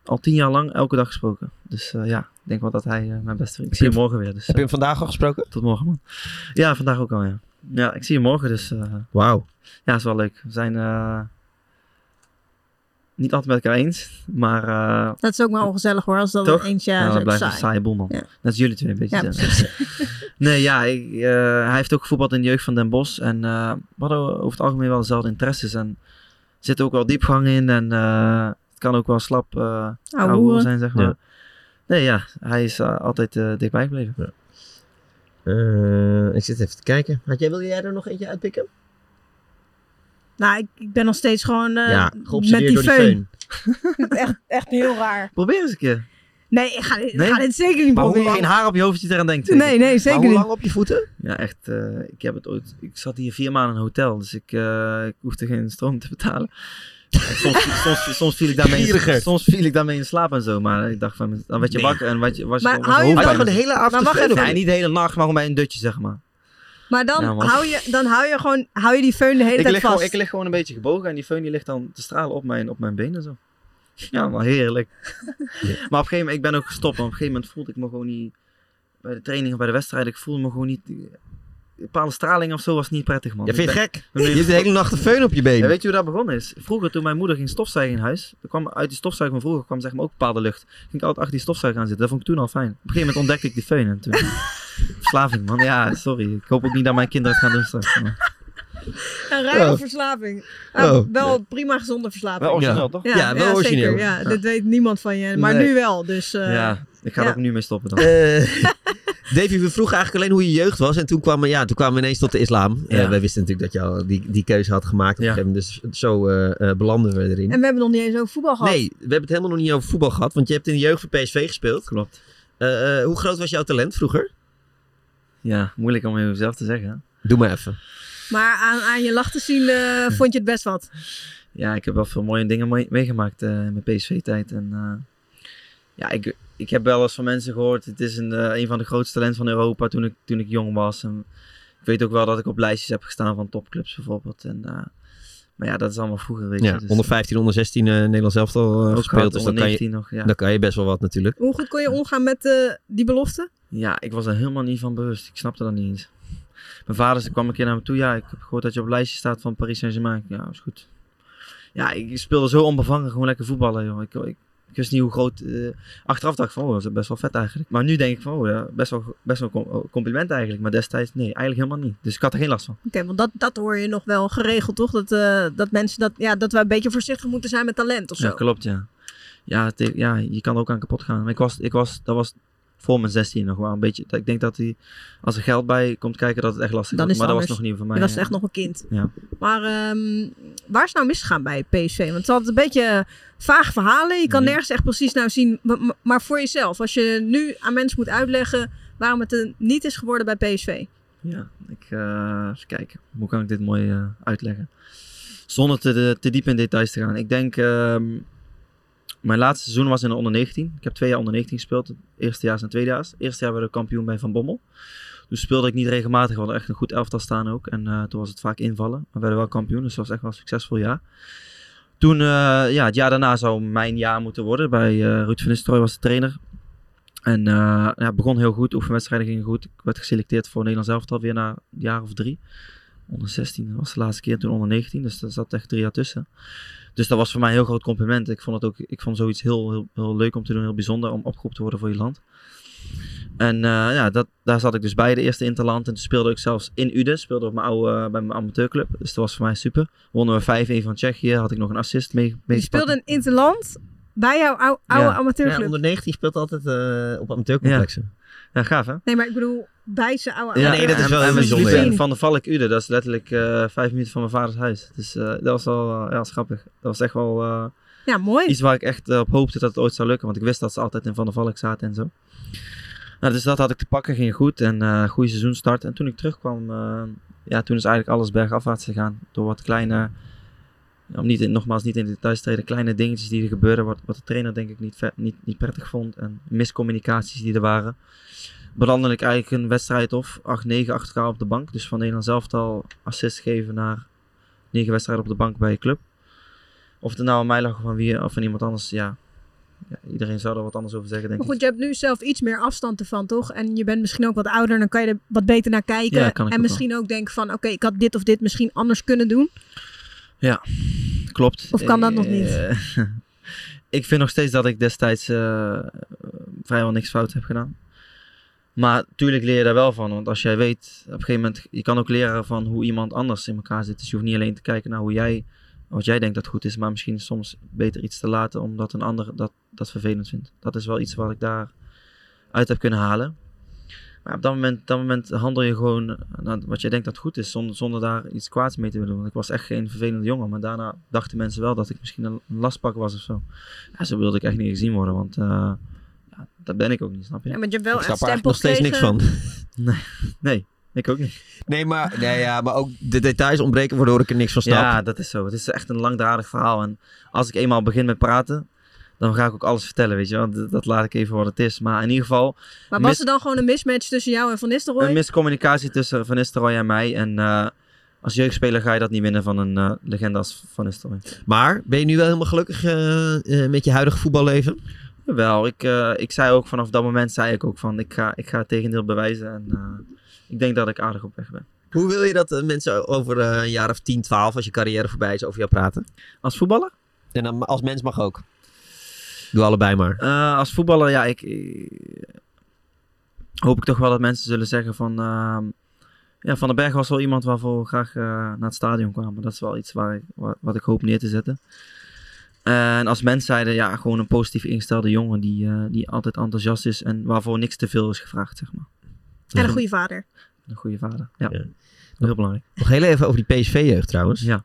[SPEAKER 5] al tien jaar lang elke dag gesproken. Dus eh, ja, ik denk wel dat hij eh, mijn beste vriend is. Ik zie hem morgen weer, dus
[SPEAKER 1] Heb je
[SPEAKER 5] eh,
[SPEAKER 1] hem vandaag al gesproken?
[SPEAKER 5] tot morgen man. Ja, vandaag ook al ja. Ja, ik zie hem morgen dus... eh,
[SPEAKER 1] Wauw.
[SPEAKER 5] ja, is wel leuk. We zijn eh, niet altijd met elkaar eens, maar eh
[SPEAKER 4] Dat is ook wel ongezellig hoor, als dat
[SPEAKER 5] Toch?
[SPEAKER 4] ineens ja,
[SPEAKER 5] ja,
[SPEAKER 4] is
[SPEAKER 5] we
[SPEAKER 4] ook
[SPEAKER 5] blijven een
[SPEAKER 4] saai.
[SPEAKER 5] saaie boel, man.
[SPEAKER 4] Ja.
[SPEAKER 5] Dat is jullie twee een beetje.
[SPEAKER 4] Ja,
[SPEAKER 5] zijn. nee, ja, ik, eh, hij heeft ook gevoetbald in de jeugd van Den Bosch en eh we hadden over het algemeen wel dezelfde interesses en er zit ook wel diepgang in en eh, het kan ook wel slap eh ouwe hoeren
[SPEAKER 4] hoeren.
[SPEAKER 5] zijn, zeg maar.
[SPEAKER 1] Ja.
[SPEAKER 5] Nee, ja, hij is eh, altijd eh, dichtbij gebleven.
[SPEAKER 1] Eh, ik zit even te kijken. Had jij, wil jij er nog eentje uitpikken?
[SPEAKER 4] Nou, ik, ik ben nog steeds gewoon eh,
[SPEAKER 1] ja,
[SPEAKER 4] met
[SPEAKER 1] geobsedeerd
[SPEAKER 4] die
[SPEAKER 1] door die
[SPEAKER 4] feun.
[SPEAKER 1] feun.
[SPEAKER 9] Echt, echt heel raar.
[SPEAKER 5] Probeer eens een keer.
[SPEAKER 4] Nee, ik ga, dit- ik
[SPEAKER 5] Nee?
[SPEAKER 4] ga dit zeker niet
[SPEAKER 5] Maar hoe
[SPEAKER 4] proberen.
[SPEAKER 5] geen haar op je hoofd je eraan denkt. zeker?
[SPEAKER 4] Nee, nee, zeker
[SPEAKER 1] maar hoe
[SPEAKER 4] niet.
[SPEAKER 1] lang op je voeten?
[SPEAKER 5] Ja, echt. eh, ik heb het ooit. Ik zat hier vier maanden in een hotel, dus ik, eh, ik hoefde geen stroom te betalen. En soms, soms, soms, viel ik daarmee in,
[SPEAKER 1] Gieriger.
[SPEAKER 5] soms viel ik daarmee in slaap en zo, maar ik dacht van, dan werd je
[SPEAKER 1] Nee.
[SPEAKER 5] wakker en wat je, was
[SPEAKER 4] Maar
[SPEAKER 5] je was
[SPEAKER 4] hou je
[SPEAKER 5] hoofdpijn.
[SPEAKER 4] wel
[SPEAKER 1] Gewoon de hele
[SPEAKER 4] Maar
[SPEAKER 1] avond
[SPEAKER 4] wacht
[SPEAKER 1] de feun
[SPEAKER 5] Nee,
[SPEAKER 1] op.
[SPEAKER 5] niet de hele nacht, maar gewoon bij een dutje, zeg maar.
[SPEAKER 4] Maar dan,
[SPEAKER 5] Ja, man.
[SPEAKER 4] hou je, dan hou je gewoon hou je die feun de hele
[SPEAKER 5] Ik
[SPEAKER 4] tijd
[SPEAKER 5] lig,
[SPEAKER 4] vast.
[SPEAKER 5] gewoon, ik lig gewoon een beetje gebogen en die föhn die ligt dan te stralen op mijn, op mijn benen zo. Ja, maar heerlijk. maar op een gegeven moment, ik ben ook gestopt, maar op een gegeven moment voelde ik me gewoon niet, bij de training of bij de wedstrijd, ik voelde me gewoon niet, bepaalde straling of zo was niet prettig, man.
[SPEAKER 1] Ja,
[SPEAKER 5] Ik
[SPEAKER 1] vind je
[SPEAKER 5] ben-
[SPEAKER 1] het gek?
[SPEAKER 5] ben-
[SPEAKER 1] Je hebt de hele nacht een feun op je
[SPEAKER 5] Ja,
[SPEAKER 1] benen.
[SPEAKER 5] weet je hoe dat begonnen is? Vroeger, toen mijn moeder ging stofzuigen in huis, er kwam uit die stofzuiger van vroeger kwam zeg maar ook bepaalde lucht. Ging ik altijd achter die stofzuiger aan zitten. Dat vond ik toen al fijn. Op een gegeven moment ontdekte ik die feun en toen... Verslaving, man. Ja, sorry. Ik hoop ook niet dat mijn kinderen het gaan doen straks. maar-
[SPEAKER 4] Een rare
[SPEAKER 1] Oh.
[SPEAKER 4] verslaving. Nou,
[SPEAKER 1] Oh.
[SPEAKER 4] Wel prima gezonde verslaving.
[SPEAKER 5] Wel origineel, toch?
[SPEAKER 1] Ja, wel origineel.
[SPEAKER 4] Zeker. Ja, dat weet niemand van je. Maar
[SPEAKER 5] Nee.
[SPEAKER 4] nu wel, dus... eh,
[SPEAKER 5] ja, ik ga er
[SPEAKER 4] ja.
[SPEAKER 5] ook nu mee stoppen dan.
[SPEAKER 1] Eh, Davy, we vroegen eigenlijk alleen hoe je jeugd was. En toen kwamen, ja, toen kwamen we ineens tot de islam. Eh,
[SPEAKER 5] Ja.
[SPEAKER 1] wij wisten natuurlijk dat je al die, die keuze had gemaakt op
[SPEAKER 5] Ja.
[SPEAKER 1] een gegeven moment. Dus zo eh, eh, belanden we erin.
[SPEAKER 4] En we hebben nog niet eens over voetbal gehad.
[SPEAKER 1] Nee, we hebben het helemaal nog niet over voetbal gehad. Want je hebt in de jeugd voor PSV gespeeld.
[SPEAKER 5] Klopt.
[SPEAKER 1] Eh, eh, hoe groot was jouw talent vroeger?
[SPEAKER 5] Ja, moeilijk om even zelf te zeggen. hè?
[SPEAKER 1] Doe maar even.
[SPEAKER 4] Maar aan, aan je lach te zien eh, vond je het best wat.
[SPEAKER 5] Ja, ik heb wel veel mooie dingen mee- meegemaakt eh, in mijn PSV-tijd. En eh, ja, ik, ik heb wel eens van mensen gehoord. Het is een, eh, een van de grootste talenten van Europa toen ik, toen ik jong was. En ik weet ook wel dat ik op lijstjes heb gestaan van topclubs bijvoorbeeld. En, eh, maar ja, dat is allemaal vroeger, weet je.
[SPEAKER 1] Ja,
[SPEAKER 5] dus,
[SPEAKER 1] onder 15, onder 16 eh Nederlands elftal eh,
[SPEAKER 5] ook
[SPEAKER 1] gespeeld.
[SPEAKER 5] hard,
[SPEAKER 1] Dus
[SPEAKER 5] onder
[SPEAKER 1] dan kan, je,
[SPEAKER 5] 19 nog, ja.
[SPEAKER 1] dan kan je best wel wat natuurlijk.
[SPEAKER 4] Hoe goed kon je omgaan met eh, die belofte?
[SPEAKER 5] Ja, ik was er helemaal niet van bewust. Ik snapte dat niet eens. Mijn vader ze kwam een keer naar me toe. Ja, ik heb gehoord dat je op het lijstje staat van Paris Saint-Germain. Ja, is goed. Ja, ik speelde zo onbevangen. Gewoon lekker voetballen, joh. Ik, ik, ik wist niet hoe groot... eh, achteraf dacht ik van, oh, dat is best wel vet eigenlijk. Maar nu denk ik van, oh, ja, best wel, best wel com- oh, compliment eigenlijk. Maar destijds, nee, eigenlijk helemaal niet. Dus ik had er geen last van.
[SPEAKER 4] Oké, want dat, dat hoor je nog wel geregeld, toch? Dat, eh, dat mensen dat, ja, dat we een beetje voorzichtig moeten zijn met talent of zo.
[SPEAKER 5] Ja, klopt, ja. Ja, te- ja, je kan er ook aan kapot gaan. Maar ik was, ik was, dat was voor mijn 16 nog wel een beetje. Ik denk dat die, als er geld bij komt kijken, dat het echt lastig
[SPEAKER 4] Dan
[SPEAKER 5] wordt.
[SPEAKER 4] is het
[SPEAKER 5] Maar dat was
[SPEAKER 4] anders.
[SPEAKER 5] nog niet voor mij.
[SPEAKER 4] je was
[SPEAKER 5] ja.
[SPEAKER 4] echt nog een kind.
[SPEAKER 5] Ja.
[SPEAKER 4] Maar ehm, waar is nou misgegaan bij PSV? Want het is altijd een beetje vaag verhalen. Je kan
[SPEAKER 5] Mhm.
[SPEAKER 4] nergens echt precies nou zien. Maar- maar- Maar voor jezelf, als je nu aan mensen moet uitleggen waarom het er niet is geworden bij PSV.
[SPEAKER 5] Ja, ik, eh, even kijken. Hoe kan ik dit mooi eh, uitleggen? Zonder te, te diep in details te gaan. Ik denk, ehm, mijn laatste seizoen was in de onder 19. Ik heb twee jaar onder 19 gespeeld. Het eerstejaars en tweedejaars. Het eerste jaar werd ik kampioen bij Van Bommel. Toen speelde ik niet regelmatig. We hadden echt een goed elftal staan ook. En eh, toen was het vaak invallen. Maar we werden wel kampioen. Dus dat was echt wel een succesvol jaar. Toen, eh, ja, het jaar daarna zou mijn jaar moeten worden. Bij eh, Ruud van Nistelrooy was de trainer. En eh ja, het begon heel goed, oefenwedstrijden gingen goed. Ik werd geselecteerd voor Nederlands elftal weer na een jaar of drie. Onder 16 was de laatste keer, toen onder 19, dus daar zat echt drie jaar tussen. Dus dat was voor mij een heel groot compliment. Ik vond het ook, ik vond zoiets heel, heel, heel leuk om te doen, heel bijzonder om opgeroepen te worden voor je land. En eh, ja, dat, daar zat ik dus bij de eerste Interland. En toen speelde ik zelfs in Uden, speelde op mijn oude, eh, bij mijn amateurclub. Dus dat was voor mij super. Wonnen we 5-1 van Tsjechië, had ik nog een assist mee. mee
[SPEAKER 4] Je speelde een interland bij jouw ou- oude
[SPEAKER 5] Ja.
[SPEAKER 1] Ja,
[SPEAKER 4] amateurclub.
[SPEAKER 1] onder 19 speelt altijd eh, op amateurcomplexen.
[SPEAKER 5] Ja, gaaf hè?
[SPEAKER 4] Nee, maar ik bedoel bij zijn oude
[SPEAKER 5] Ja,
[SPEAKER 1] nee, dat is
[SPEAKER 5] en-
[SPEAKER 1] wel
[SPEAKER 5] en
[SPEAKER 1] heel
[SPEAKER 5] we
[SPEAKER 1] bijzonder,
[SPEAKER 5] sliepen
[SPEAKER 4] ja.
[SPEAKER 5] in Van de Valk Uden, dat is letterlijk eh, vijf minuten van mijn vaders huis. Dus eh, dat was wel eh, ja, dat is grappig. Dat was echt wel eh,
[SPEAKER 4] Ja, mooi.
[SPEAKER 5] iets waar ik echt eh, op hoopte dat het ooit zou lukken. Want ik wist dat ze altijd in Van de Valk zaten en zo. Nou, dus dat had ik te pakken, ging goed en eh goede seizoenstart. En toen ik terugkwam, eh, ja, toen is eigenlijk alles bergafwaarts gegaan. Door wat kleine, om niet in, nogmaals niet in de details te treden, kleine dingetjes die er gebeurden. Wat, wat de trainer denk ik niet, ver- niet, niet prettig vond. En miscommunicaties die er waren. Belandde ik eigenlijk een wedstrijd of 8-9 achter elkaar op de bank. Dus van Nederland zelf al assist geven naar 9 wedstrijden op de bank bij je club. Of het nou aan mij lag of van, wie, of van iemand anders, ja. ja. Iedereen zou er wat anders over zeggen, denk
[SPEAKER 4] Maar
[SPEAKER 5] ik.
[SPEAKER 4] goed, je hebt nu zelf iets meer afstand ervan, toch? En je bent misschien ook wat ouder, dan kan je er wat beter naar kijken.
[SPEAKER 5] Ja, kan ik
[SPEAKER 4] en
[SPEAKER 5] ook
[SPEAKER 4] misschien ook denken van, oké, ik had dit of dit misschien anders kunnen doen.
[SPEAKER 5] Klopt.
[SPEAKER 4] Of kan dat nog
[SPEAKER 5] Eh,
[SPEAKER 4] niet?
[SPEAKER 5] ik vind nog steeds dat ik destijds eh, vrijwel niks fout heb gedaan. Maar tuurlijk leer je daar wel van. Want als jij weet, op een gegeven moment, je kan ook leren van hoe iemand anders in elkaar zit. Dus je hoeft niet alleen te kijken naar hoe jij, wat jij denkt dat goed is. Maar misschien soms beter iets te laten omdat een ander dat, dat vervelend vindt. Dat is wel iets wat ik daar uit heb kunnen halen. Maar op dat moment, dat moment handel je gewoon naar wat jij denkt dat goed is, zonder, zonder daar iets kwaads mee te willen doen. Want ik was echt geen vervelende jongen, maar daarna dachten mensen wel dat ik misschien een een lastpak was of zo. Ja, zo wilde ik echt niet gezien worden, want eh, ja, dat ben ik ook niet, snap je?
[SPEAKER 4] Ja, maar je hebt wel
[SPEAKER 1] Ik
[SPEAKER 4] echt
[SPEAKER 1] snap er
[SPEAKER 4] stempel
[SPEAKER 1] eigenlijk nog steeds niks
[SPEAKER 4] gekregen.
[SPEAKER 1] van.
[SPEAKER 5] Nee, ik ook niet.
[SPEAKER 1] Nee, maar, nee, ja, maar ook de details ontbreken waardoor ik er niks van snap.
[SPEAKER 5] Ja, dat is zo. Het is echt een langdradig verhaal. En als ik eenmaal begin met praten, dan ga ik ook alles vertellen, weet je wel. Dat, dat laat ik even wat het is. Maar in ieder geval,
[SPEAKER 4] Maar was
[SPEAKER 5] Mis-
[SPEAKER 4] er dan gewoon een mismatch tussen jou en Van Nistelrooy?
[SPEAKER 5] Een miscommunicatie tussen Van Nistelrooy en mij. En eh, als jeugdspeler ga je dat niet winnen van een eh, legende als Van Nistelrooy.
[SPEAKER 1] Maar ben je nu wel helemaal gelukkig eh, eh, met je huidige voetballeven?
[SPEAKER 5] Jawel, ik, eh, ik zei ook vanaf dat moment zei ik ook van ik ga, ik ga het tegendeel bewijzen. En eh, ik denk dat ik aardig op weg ben.
[SPEAKER 1] Hoe wil je dat eh, mensen over eh, een jaar of 10, 12, als je carrière voorbij is, over jou praten?
[SPEAKER 5] Als voetballer?
[SPEAKER 1] En dan als mens mag ook. Doe allebei maar.
[SPEAKER 5] Eh, als voetballer, ja, ik, eh, hoop ik toch wel dat mensen zullen zeggen van... ehm, ja, Van den Berg was wel iemand waarvoor we graag eh, naar het stadion kwamen. Dat is wel iets waar ik, wat, wat ik hoop neer te zetten. En als mens zijnde, ja, gewoon een positief ingestelde jongen die, eh, die altijd enthousiast is en waarvoor niks te veel is gevraagd, zeg maar.
[SPEAKER 4] En een goede vader.
[SPEAKER 5] Een goede vader, ja.
[SPEAKER 1] Ja.
[SPEAKER 5] Heel belangrijk.
[SPEAKER 1] Nog heel even over die PSV-jeugd trouwens.
[SPEAKER 5] Ja,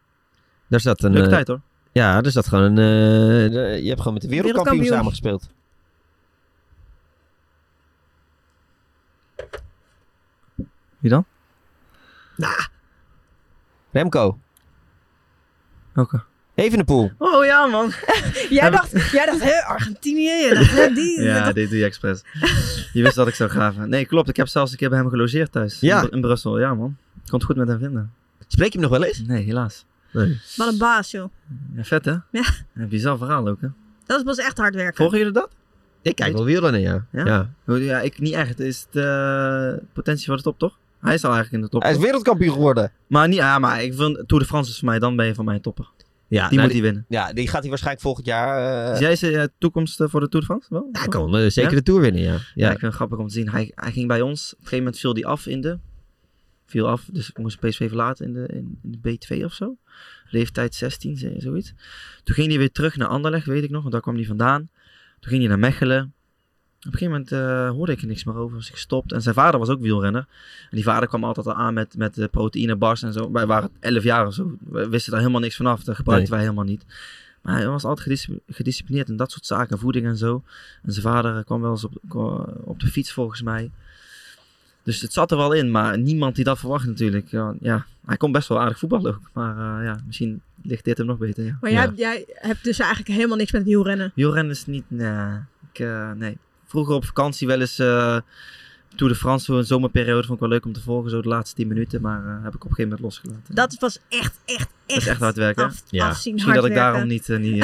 [SPEAKER 1] Daar zat een.
[SPEAKER 5] leuke
[SPEAKER 1] eh,
[SPEAKER 5] tijd hoor.
[SPEAKER 1] ja, daar zat gewoon een. eh, de- je hebt gewoon met de wereldkampioen,
[SPEAKER 9] Wereldkampioen.
[SPEAKER 1] samengespeeld.
[SPEAKER 5] Wie dan?
[SPEAKER 1] Nou. Remco.
[SPEAKER 5] Welke?
[SPEAKER 1] Evenepoel.
[SPEAKER 5] Oh ja, man.
[SPEAKER 4] Jij dacht, jij dacht, hè, Argentinië, jij dacht, hè, die.
[SPEAKER 5] Ja, dit doe je expres. Je wist dat ik zou graven. Nee, klopt. Ik heb zelfs een keer bij hem gelogeerd thuis.
[SPEAKER 1] Ja.
[SPEAKER 5] In, Br- in Brussel. Ja, man. Ik kon het goed met hem vinden.
[SPEAKER 1] Spreek je hem nog wel eens?
[SPEAKER 5] Nee, helaas.
[SPEAKER 4] Wat een baas, joh.
[SPEAKER 5] Ja, vet, hè?
[SPEAKER 4] Ja.
[SPEAKER 5] Een bizar verhaal ook, hè?
[SPEAKER 4] Dat was echt hard werken.
[SPEAKER 5] Volgen jullie dat?
[SPEAKER 1] Ik kijk wel wielrennen, ja.
[SPEAKER 5] Ja?
[SPEAKER 1] ja?
[SPEAKER 5] Ja, ik niet echt. Is het eh, potentie voor de top, toch? Hij is al eigenlijk in de top.
[SPEAKER 1] Hij is
[SPEAKER 5] toch?
[SPEAKER 1] wereldkampioen geworden.
[SPEAKER 5] Maar niet, ja, maar ik vind Tour de France is voor mij, dan ben je voor mij een topper. Die
[SPEAKER 1] Ja, nou,
[SPEAKER 5] moet
[SPEAKER 1] die,
[SPEAKER 5] hij winnen.
[SPEAKER 1] ja, die gaat hij waarschijnlijk volgend jaar... eh,
[SPEAKER 5] Dus jij is eh, toekomst eh, voor de Tour de France? Wel?
[SPEAKER 1] hij kan eh, zeker
[SPEAKER 5] Ja?
[SPEAKER 1] de Tour winnen, ja.
[SPEAKER 5] Ja,
[SPEAKER 1] ja.
[SPEAKER 5] ik vind het grappig om te zien. Hij, hij ging bij ons. Op een gegeven moment viel die af in de... Viel af, dus ik moest PSV verlaten in de, in, in de B2 of zo. Leeftijd 16, z- zoiets. Toen ging hij weer terug naar Anderlecht, weet ik nog, want daar kwam hij vandaan. Toen ging hij naar Mechelen. Op een gegeven moment eh, hoorde ik er niks meer over, was ik gestopt. En zijn vader was ook wielrenner. En die vader kwam altijd al aan met, met eh, proteïnebars en zo. Wij waren 11 jaar of zo. We wisten daar helemaal niks vanaf. Dat gebruikten wij helemaal niet. Maar hij was altijd gedis- gedisciplineerd in dat soort zaken, voeding en zo. En zijn vader eh, kwam wel eens op, kwa- op de fiets volgens mij. Dus het zat er wel in, maar niemand die dat verwacht natuurlijk. Ja, ja, hij kon best wel aardig voetballen ook. Maar eh, ja, misschien ligt dit hem nog beter. Ja.
[SPEAKER 4] Maar jij,
[SPEAKER 5] ja.
[SPEAKER 4] hebt- jij hebt dus eigenlijk helemaal niks met wielrennen.
[SPEAKER 5] Wielrennen is niet. Nee. Ik, eh, nee. Vroeger op vakantie wel eens. eh Tour de France voor een zomerperiode vond ik wel leuk om te volgen, zo de laatste 10 minuten, maar eh, heb ik op een gegeven moment losgelaten.
[SPEAKER 4] Dat was echt, echt, echt.
[SPEAKER 5] is echt hard werken, hè?
[SPEAKER 4] Af,
[SPEAKER 1] Ja.
[SPEAKER 4] Afzien,
[SPEAKER 5] Misschien
[SPEAKER 4] hard
[SPEAKER 5] dat ik
[SPEAKER 4] werken.
[SPEAKER 5] daarom niet. eh, niet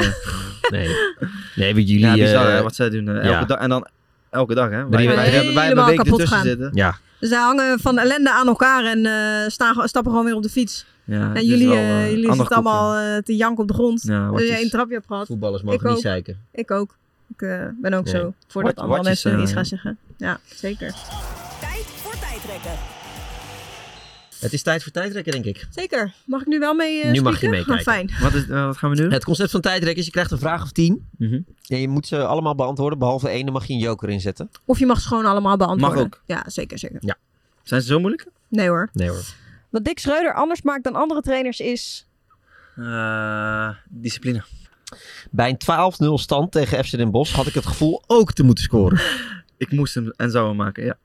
[SPEAKER 5] eh,
[SPEAKER 1] Nee. Nee, want jullie...
[SPEAKER 5] ja, bizar
[SPEAKER 1] eh,
[SPEAKER 5] hè, wat zij doen. eh,
[SPEAKER 1] ja.
[SPEAKER 5] elke dag, en dan elke dag, hè? Wij,
[SPEAKER 1] Drie-
[SPEAKER 5] wij, hebben, wij hebben
[SPEAKER 4] Helemaal
[SPEAKER 5] een week
[SPEAKER 4] kapot
[SPEAKER 5] ertussen
[SPEAKER 4] gaan.
[SPEAKER 5] zitten.
[SPEAKER 1] ja.
[SPEAKER 4] Dus zij hangen van ellende aan elkaar en eh, staan, stappen gewoon weer op de fiets.
[SPEAKER 5] Ja,
[SPEAKER 4] en jullie,
[SPEAKER 5] zitten
[SPEAKER 4] eh, jullie zitten allemaal eh, te janken op de grond.
[SPEAKER 5] Ja,
[SPEAKER 4] Dus jij
[SPEAKER 5] watjes.
[SPEAKER 4] een trapje hebt gehad.
[SPEAKER 1] Voetballers
[SPEAKER 4] mogen Ik niet ook.
[SPEAKER 1] zeiken.
[SPEAKER 4] Ik ook. Ik eh, ben ook
[SPEAKER 1] Nee.
[SPEAKER 4] zo. Voordat
[SPEAKER 5] Wat-
[SPEAKER 4] andere
[SPEAKER 5] watjes,
[SPEAKER 4] mensen
[SPEAKER 5] eh,
[SPEAKER 4] iets gaan zeggen. Ja, zeker.
[SPEAKER 3] Tijd voor tijdrekken.
[SPEAKER 1] Het is tijd voor tijdrekken, denk ik.
[SPEAKER 4] Zeker. Mag ik nu wel mee eh
[SPEAKER 1] Nu mag je
[SPEAKER 4] spieken?
[SPEAKER 1] meekijken.
[SPEAKER 4] Ah, fijn.
[SPEAKER 5] Wat, is, eh, wat gaan we nu?
[SPEAKER 1] Het concept van tijdrekken is, je krijgt een vraag of tien.
[SPEAKER 5] Mhm.
[SPEAKER 1] En je moet ze allemaal beantwoorden, behalve één. Dan mag je een joker inzetten.
[SPEAKER 4] Of je mag ze gewoon allemaal beantwoorden.
[SPEAKER 5] Mag ook.
[SPEAKER 4] Ja, zeker, zeker.
[SPEAKER 5] Zijn ze zo moeilijk?
[SPEAKER 4] Nee hoor.
[SPEAKER 1] Nee hoor.
[SPEAKER 9] Wat Dick Schreuder anders maakt dan andere trainers is...
[SPEAKER 5] Eh, discipline.
[SPEAKER 1] Bij een 12-0 stand tegen FC Den Bosch had ik het gevoel ook te moeten scoren.
[SPEAKER 5] Ik moest hem en zou hem maken, ja.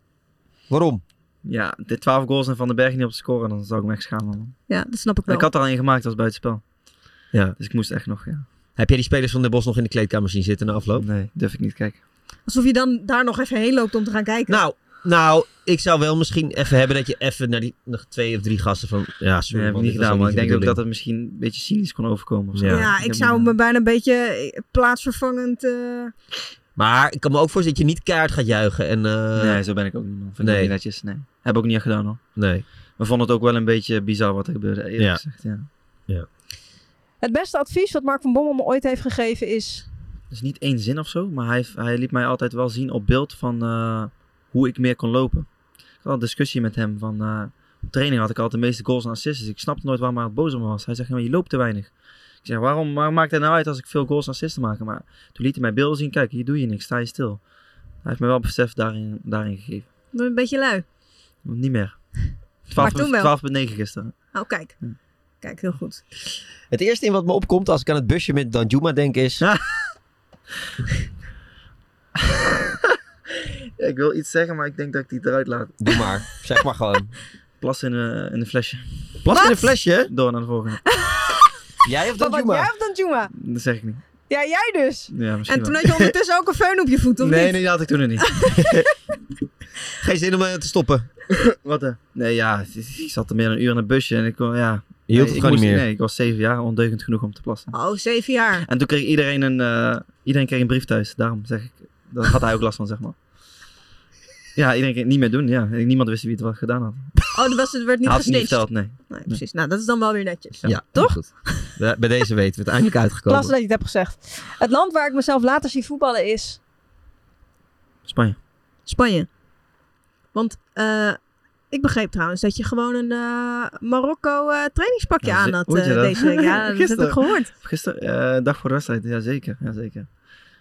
[SPEAKER 1] Waarom?
[SPEAKER 5] Ja, de 12 goals en Van den Berg niet op te scoren, dan zou ik me echt schamen. Man.
[SPEAKER 4] Ja, dat snap ik
[SPEAKER 5] En
[SPEAKER 4] wel.
[SPEAKER 5] ik had er al een gemaakt als buitenspel.
[SPEAKER 1] Ja.
[SPEAKER 5] Dus ik moest echt nog, ja.
[SPEAKER 1] Heb jij die spelers van Den Bosch nog in de kleedkamer zien zitten na afloop?
[SPEAKER 5] Oh, Nee, durf ik niet kijken.
[SPEAKER 4] Alsof je dan daar nog even heen loopt om te gaan kijken.
[SPEAKER 1] Nou, nou, ik zou wel misschien even hebben dat je even naar die nog twee of drie gasten van... Ja,
[SPEAKER 5] Dat
[SPEAKER 1] sorry
[SPEAKER 5] heb ik
[SPEAKER 1] man,
[SPEAKER 5] niet
[SPEAKER 1] dit was
[SPEAKER 5] gedaan, maar ik
[SPEAKER 1] de
[SPEAKER 5] denk ook dat
[SPEAKER 1] bedoeling.
[SPEAKER 5] het misschien een beetje cynisch kon overkomen. of zo.
[SPEAKER 4] ja,
[SPEAKER 1] ja.
[SPEAKER 4] ik
[SPEAKER 5] Nou, heb
[SPEAKER 4] zou
[SPEAKER 5] niet-
[SPEAKER 4] me bijna een beetje eh, plaatsvervangend... eh,
[SPEAKER 1] Maar ik kan me ook voorstellen dat je niet keihard gaat juichen. En, eh,
[SPEAKER 5] Nee, zo ben ik ook niet, man. Vind ik
[SPEAKER 1] Nee.
[SPEAKER 5] ook niet netjes, nee. Heb ik ook niet echt gedaan, hoor.
[SPEAKER 1] nee.
[SPEAKER 5] We vonden het ook wel een beetje bizar wat er gebeurde, eerlijk
[SPEAKER 1] Ja.
[SPEAKER 5] gezegd, ja.
[SPEAKER 9] Het beste advies wat Mark van Bommel me ooit heeft gegeven is...
[SPEAKER 5] Dus niet één zin of zo, maar hij, hij liet mij altijd wel zien op beeld van eh, hoe ik meer kon lopen. Ik had een discussie met hem van eh, op training had ik altijd de meeste goals en assists. Dus ik snapte nooit waarom hij het boos om was. Hij zegt, "Ja, maar je loopt te weinig. Ik zeg, waarom, waarom maakt het nou uit als ik veel goals en assists maak? Maar toen liet hij mij beelden zien, kijk, hier doe je niks, sta je stil. Hij heeft me wel besef daarin, daarin gegeven.
[SPEAKER 4] een beetje lui.
[SPEAKER 5] Niet meer. 12,9
[SPEAKER 4] toen wel.
[SPEAKER 5] 12,9 gisteren.
[SPEAKER 4] Oh, kijk.
[SPEAKER 5] Hm.
[SPEAKER 4] Kijk, heel goed.
[SPEAKER 1] Het eerste in wat me opkomt als ik aan het busje met Danjuma denk is...
[SPEAKER 5] Ja, ik wil iets zeggen, maar ik denk dat ik die eruit laat.
[SPEAKER 1] Doe maar, zeg maar gewoon.
[SPEAKER 5] Plas in, eh, in een flesje.
[SPEAKER 1] Plas in een flesje?
[SPEAKER 5] Door naar de volgende.
[SPEAKER 1] Jij of
[SPEAKER 9] Wat wat jij
[SPEAKER 1] Danjuma?
[SPEAKER 9] hebt dan, Juma?
[SPEAKER 5] Dat zeg ik niet.
[SPEAKER 9] Ja, jij dus.
[SPEAKER 5] Ja, misschien
[SPEAKER 4] En toen
[SPEAKER 5] wel.
[SPEAKER 4] had je ondertussen ook een föhn op je voet, of
[SPEAKER 5] nee,
[SPEAKER 4] niet?
[SPEAKER 5] nee, die had ik toen nog niet.
[SPEAKER 1] Geen zin om eh, te stoppen.
[SPEAKER 5] Wat hè? Nee, ja, het is- ik zat er meer dan een uur in een busje en ik kon, ja.
[SPEAKER 1] Je hield
[SPEAKER 5] ik
[SPEAKER 1] het gewoon niet
[SPEAKER 5] moest-
[SPEAKER 1] meer.
[SPEAKER 5] Nee, ik was zeven jaar ondeugend genoeg om te plassen.
[SPEAKER 4] Oh, zeven jaar.
[SPEAKER 5] En toen kreeg iedereen een, eh, iedereen kreeg een brief thuis. Daarom zeg ik, daar had hij ook last van, zeg maar. Ja, iedereen ging het niet meer doen. Ja. Niemand wist wie het wel gedaan had.
[SPEAKER 4] Oh, dat was, het werd niet
[SPEAKER 5] had het niet
[SPEAKER 4] gesnitcht.
[SPEAKER 5] verteld, nee.
[SPEAKER 4] Nee, precies. Nou, dat is dan wel weer netjes.
[SPEAKER 1] Ja,
[SPEAKER 4] Toch?
[SPEAKER 1] goed. Bij bij deze weten we het eindelijk uitgekomen.
[SPEAKER 9] Klasse dat je het hebt gezegd. Het land waar ik mezelf later zie voetballen is...
[SPEAKER 5] Spanje.
[SPEAKER 4] Spanje. Want eh, ik begreep trouwens dat je gewoon een eh, Marokko eh, trainingspakje
[SPEAKER 5] Ja, ze-
[SPEAKER 4] aan had
[SPEAKER 5] hoorde je
[SPEAKER 4] eh,
[SPEAKER 5] dat?
[SPEAKER 4] deze week. Ja, dat heb ik
[SPEAKER 5] Gisteren.
[SPEAKER 4] gehoord.
[SPEAKER 5] Gisteren, eh, dag voor de wedstrijd. Jazeker, jazeker.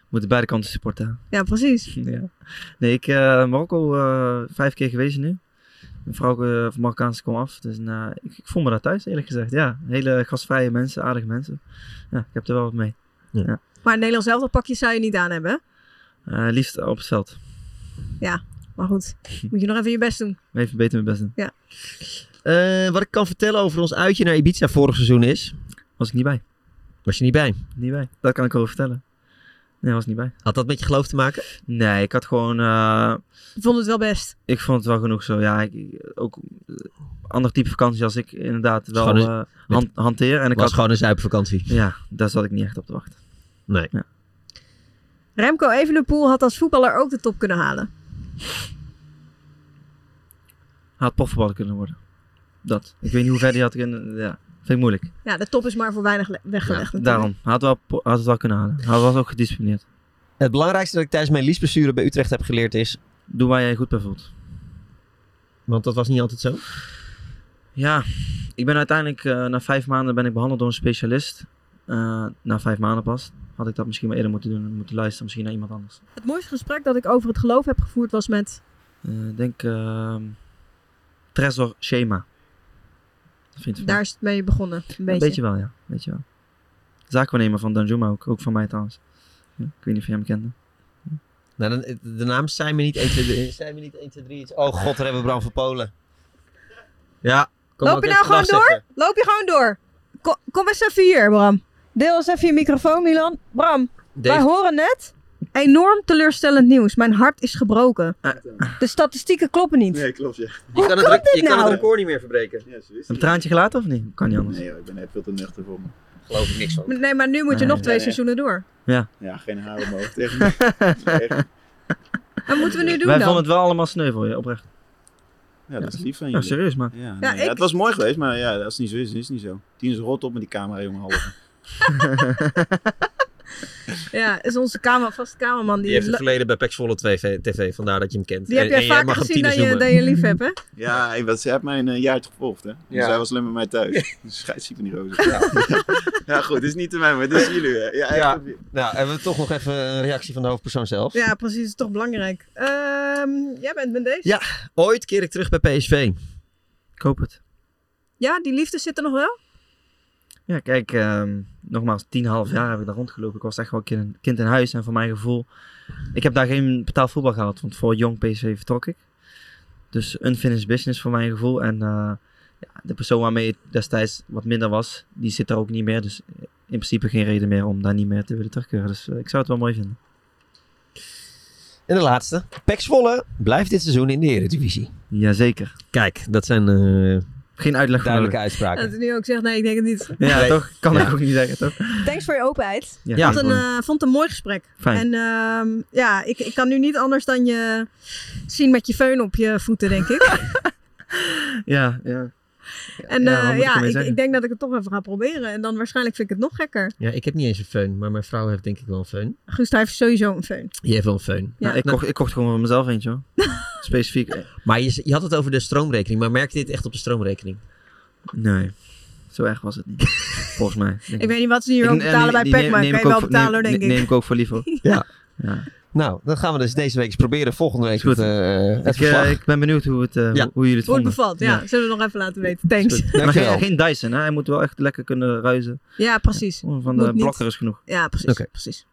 [SPEAKER 5] Moeten beide kanten supporten.
[SPEAKER 4] Ja, precies.
[SPEAKER 5] Ja. Nee, ik eh Marokko eh, vijf keer geweest nu. Een vrouw eh, van Marokkaanse kom af. Dus nou, ik, ik voel me daar thuis, eerlijk gezegd. Ja, hele gastvrije mensen, aardige mensen. Ja, ik heb er wel wat mee.
[SPEAKER 4] Maar een Nederlands elftal pakje zou je niet aan hebben. hè?
[SPEAKER 5] Eh, liefst op het veld.
[SPEAKER 4] Maar goed, moet je nog even je best doen.
[SPEAKER 5] Maar Even beter mijn best doen.
[SPEAKER 1] Eh, wat ik kan vertellen over ons uitje naar Ibiza vorig seizoen is...
[SPEAKER 5] Was ik niet bij.
[SPEAKER 1] Was je niet bij?
[SPEAKER 5] Niet bij. Dat kan ik over vertellen. Nee, was niet bij.
[SPEAKER 1] Had dat met je geloof te maken?
[SPEAKER 5] Nee, ik had gewoon... eh,
[SPEAKER 4] Je vond het wel best.
[SPEAKER 5] ik vond het wel genoeg zo. Ja, ik, ook eh, ander type vakantie als ik inderdaad wel
[SPEAKER 1] Gewoon
[SPEAKER 5] eh, han- hanteer. En ik
[SPEAKER 1] Het was
[SPEAKER 5] had,
[SPEAKER 1] gewoon een zuipvakantie.
[SPEAKER 5] Ja, daar zat ik niet echt op te wachten.
[SPEAKER 1] Nee.
[SPEAKER 4] Remco Evenepoel had als voetballer ook de top kunnen halen.
[SPEAKER 5] Had profvoetballer kunnen worden. Dat. Ik weet niet hoe ver die had kunnen... Ja, vind ik moeilijk.
[SPEAKER 4] Ja, de top is maar voor weinig le- weggelegd. natuurlijk.
[SPEAKER 5] Daarom. Had, wel, po- had het wel kunnen halen. Hij was ook gedisciplineerd.
[SPEAKER 1] Het belangrijkste dat ik tijdens mijn liesblessure bij Utrecht heb geleerd is...
[SPEAKER 5] Doe waar jij je goed bij voelt.
[SPEAKER 1] Want dat was niet altijd zo.
[SPEAKER 5] Ja, ik ben uiteindelijk... eh, na vijf maanden ben ik behandeld door een specialist. Eh, na vijf maanden pas. Had ik dat misschien maar eerder moeten doen. Moeten luisteren misschien naar iemand anders.
[SPEAKER 4] Het mooiste gesprek dat ik over het geloof heb gevoerd was met...
[SPEAKER 5] Eh, Ik denk ehm Tresor Schema. Vind
[SPEAKER 4] Daar is het mee begonnen, een beetje.
[SPEAKER 5] een beetje wel, ja. Een beetje wel. Zaakwaarnemer van Danjuma ook, ook van mij trouwens. Ja, ik weet niet of je hem kende.
[SPEAKER 1] Nou, dan, de naam zijn me niet 1, 2, 3. Zijn me niet 1, 2, 3 iets. Oh god, daar hebben we Bram van Polen. Ja. Kom
[SPEAKER 4] Loop
[SPEAKER 1] ook
[SPEAKER 4] je
[SPEAKER 1] even
[SPEAKER 4] nou gewoon
[SPEAKER 1] gedag
[SPEAKER 4] door?
[SPEAKER 1] zeggen.
[SPEAKER 4] Loop je gewoon door. Kom, kom eens even hier, Bram.
[SPEAKER 9] Deel eens even je microfoon, Milan. Bram, wij
[SPEAKER 1] Dave,
[SPEAKER 9] horen net.
[SPEAKER 4] Enorm teleurstellend nieuws. Mijn hart is gebroken.
[SPEAKER 9] De statistieken kloppen niet.
[SPEAKER 10] Nee, klopt, ja.
[SPEAKER 1] je kan, het,
[SPEAKER 9] kan
[SPEAKER 1] rec-
[SPEAKER 9] dit
[SPEAKER 1] je kan
[SPEAKER 9] nou?
[SPEAKER 1] het record niet meer verbreken.
[SPEAKER 10] ja zo is
[SPEAKER 5] Een
[SPEAKER 10] het.
[SPEAKER 5] traantje gelaten of niet? Kan niet anders.
[SPEAKER 10] Nee, joh, ik ben net veel te nuchter voor me.
[SPEAKER 1] Geloof ik niks van.
[SPEAKER 4] Nee, maar nu moet je
[SPEAKER 5] Nee.
[SPEAKER 4] nog twee
[SPEAKER 10] Nee, nee.
[SPEAKER 4] seizoenen door.
[SPEAKER 10] Ja, geen haar omhoog. Echt niet. Echt.
[SPEAKER 4] Wat moeten we nu doen
[SPEAKER 5] Wij
[SPEAKER 4] dan?
[SPEAKER 5] vonden het wel allemaal sneu je oprecht.
[SPEAKER 10] Ja, dat is lief van
[SPEAKER 5] Ja,
[SPEAKER 10] jullie.
[SPEAKER 5] Oh, serieus man.
[SPEAKER 10] Ja, nee,
[SPEAKER 4] Ja,
[SPEAKER 10] ja,
[SPEAKER 4] ik-
[SPEAKER 10] het was mooi geweest, maar ja, als het niet zo is, is het niet zo. Tien is rot op met die camera, jongen. halve.
[SPEAKER 4] Ja, is onze kamer, vaste kamerman. Die,
[SPEAKER 1] Die heeft het verleden bij Pexvolle TV, TV, vandaar dat je hem kent.
[SPEAKER 4] die heb
[SPEAKER 1] En-
[SPEAKER 4] jij
[SPEAKER 1] en
[SPEAKER 4] vaker
[SPEAKER 1] mag hem
[SPEAKER 4] gezien dan
[SPEAKER 1] Tinus
[SPEAKER 4] je,
[SPEAKER 1] noemen.
[SPEAKER 4] dan je lief hebt, hè?
[SPEAKER 10] Ja, hij was, hij heeft mij een eh, jaartje gevolgd, hè. Dus hij was alleen met mij thuis. Dus scheidsziek van die rozen. Ja. goed, het is niet te mij, maar het is jullie. hè. Ja, echt.
[SPEAKER 1] Ja. Nou, hebben we toch nog even een reactie van de hoofdpersoon zelf.
[SPEAKER 4] Ja, precies. Het is toch belangrijk. Ehm, jij bent met deze?
[SPEAKER 1] Ja. Ooit keer ik terug bij PSV.
[SPEAKER 5] Ik hoop het.
[SPEAKER 4] Ja, die liefde zit er nog wel?
[SPEAKER 5] Ja, kijk, ehm, nogmaals, 10,5 jaar heb ik daar rondgelopen. Ik was echt wel een kind, kind in huis en voor mijn gevoel. Ik heb daar geen betaald voetbal gehaald, want voor jong PSV vertrok ik. Dus unfinished business voor mijn gevoel. En eh, ja, de persoon waarmee het destijds wat minder was, die zit daar ook niet meer. Dus in principe geen reden meer om daar niet meer te willen terugkeren. Dus eh, ik zou het wel mooi vinden.
[SPEAKER 1] En de laatste. Pexvolle blijft dit seizoen in de Eredivisie.
[SPEAKER 5] Jazeker.
[SPEAKER 1] Kijk, dat zijn eh,
[SPEAKER 5] Geen uitleg voor
[SPEAKER 1] duidelijke
[SPEAKER 5] nodig.
[SPEAKER 1] uitspraken.
[SPEAKER 4] Dat hij nu ook zegt, nee, ik denk het niet.
[SPEAKER 5] Ja,
[SPEAKER 1] Nee.
[SPEAKER 5] toch? Kan
[SPEAKER 1] Ja.
[SPEAKER 5] ik ook niet zeggen, toch?
[SPEAKER 9] Thanks voor je openheid.
[SPEAKER 1] Ja.
[SPEAKER 4] vond, een, eh, vond het een mooi gesprek.
[SPEAKER 5] Fijn.
[SPEAKER 4] En ehm, ja, ik, ik kan nu niet anders dan je zien met je veun op je voeten, denk ik.
[SPEAKER 5] ja, ja.
[SPEAKER 4] En
[SPEAKER 5] Ja,
[SPEAKER 4] ja,
[SPEAKER 5] wat moet ik
[SPEAKER 4] ja
[SPEAKER 5] ermee
[SPEAKER 4] ik,
[SPEAKER 5] zeggen?
[SPEAKER 4] ik denk dat ik het toch even ga proberen. En dan waarschijnlijk vind ik het nog gekker.
[SPEAKER 1] Ja, ik heb niet eens een föhn, maar mijn vrouw heeft denk ik wel een föhn.
[SPEAKER 4] Guus, hij heeft sowieso een veun.
[SPEAKER 1] Je heeft wel een föhn.
[SPEAKER 4] Ja.
[SPEAKER 5] Nou, ik, kocht, ik kocht gewoon voor mezelf eentje hoor. Specifiek.
[SPEAKER 1] Maar je, je had het over de stroomrekening, maar merkte je dit echt op de stroomrekening?
[SPEAKER 5] Nee, zo erg was het niet. Volgens mij. denk
[SPEAKER 4] Ik weet niet wat ze hier ook
[SPEAKER 5] eh,
[SPEAKER 4] betalen
[SPEAKER 5] die-
[SPEAKER 4] bij
[SPEAKER 5] die
[SPEAKER 4] Pac,
[SPEAKER 5] neem-
[SPEAKER 4] maar kan je
[SPEAKER 5] neem ik ook
[SPEAKER 4] wel
[SPEAKER 5] voor-
[SPEAKER 4] betalen,
[SPEAKER 5] neem-
[SPEAKER 4] denk
[SPEAKER 5] Neem
[SPEAKER 4] ik.
[SPEAKER 5] ik ook voor lief hoor.
[SPEAKER 1] Ja.
[SPEAKER 5] Ja.
[SPEAKER 1] Nou, dan gaan we dus deze week eens proberen. Volgende week
[SPEAKER 5] Is goed.
[SPEAKER 1] het, eh, het
[SPEAKER 5] Ik, eh,
[SPEAKER 1] verslag.
[SPEAKER 5] ik ben benieuwd hoe, het, eh,
[SPEAKER 1] Ja.
[SPEAKER 5] hoe, hoe jullie het
[SPEAKER 4] Hoe het
[SPEAKER 5] vonden.
[SPEAKER 4] bevalt, ja. Zullen we nog even laten weten. Thanks.
[SPEAKER 5] Maar
[SPEAKER 1] Dankjewel.
[SPEAKER 5] geen, geen Dyson, hè? hij moet wel echt lekker kunnen ruizen.
[SPEAKER 4] Ja, precies.
[SPEAKER 5] Van
[SPEAKER 4] Moet
[SPEAKER 5] de
[SPEAKER 4] niet.
[SPEAKER 5] blokker is genoeg.
[SPEAKER 4] Ja, precies.
[SPEAKER 1] Oké.
[SPEAKER 4] precies.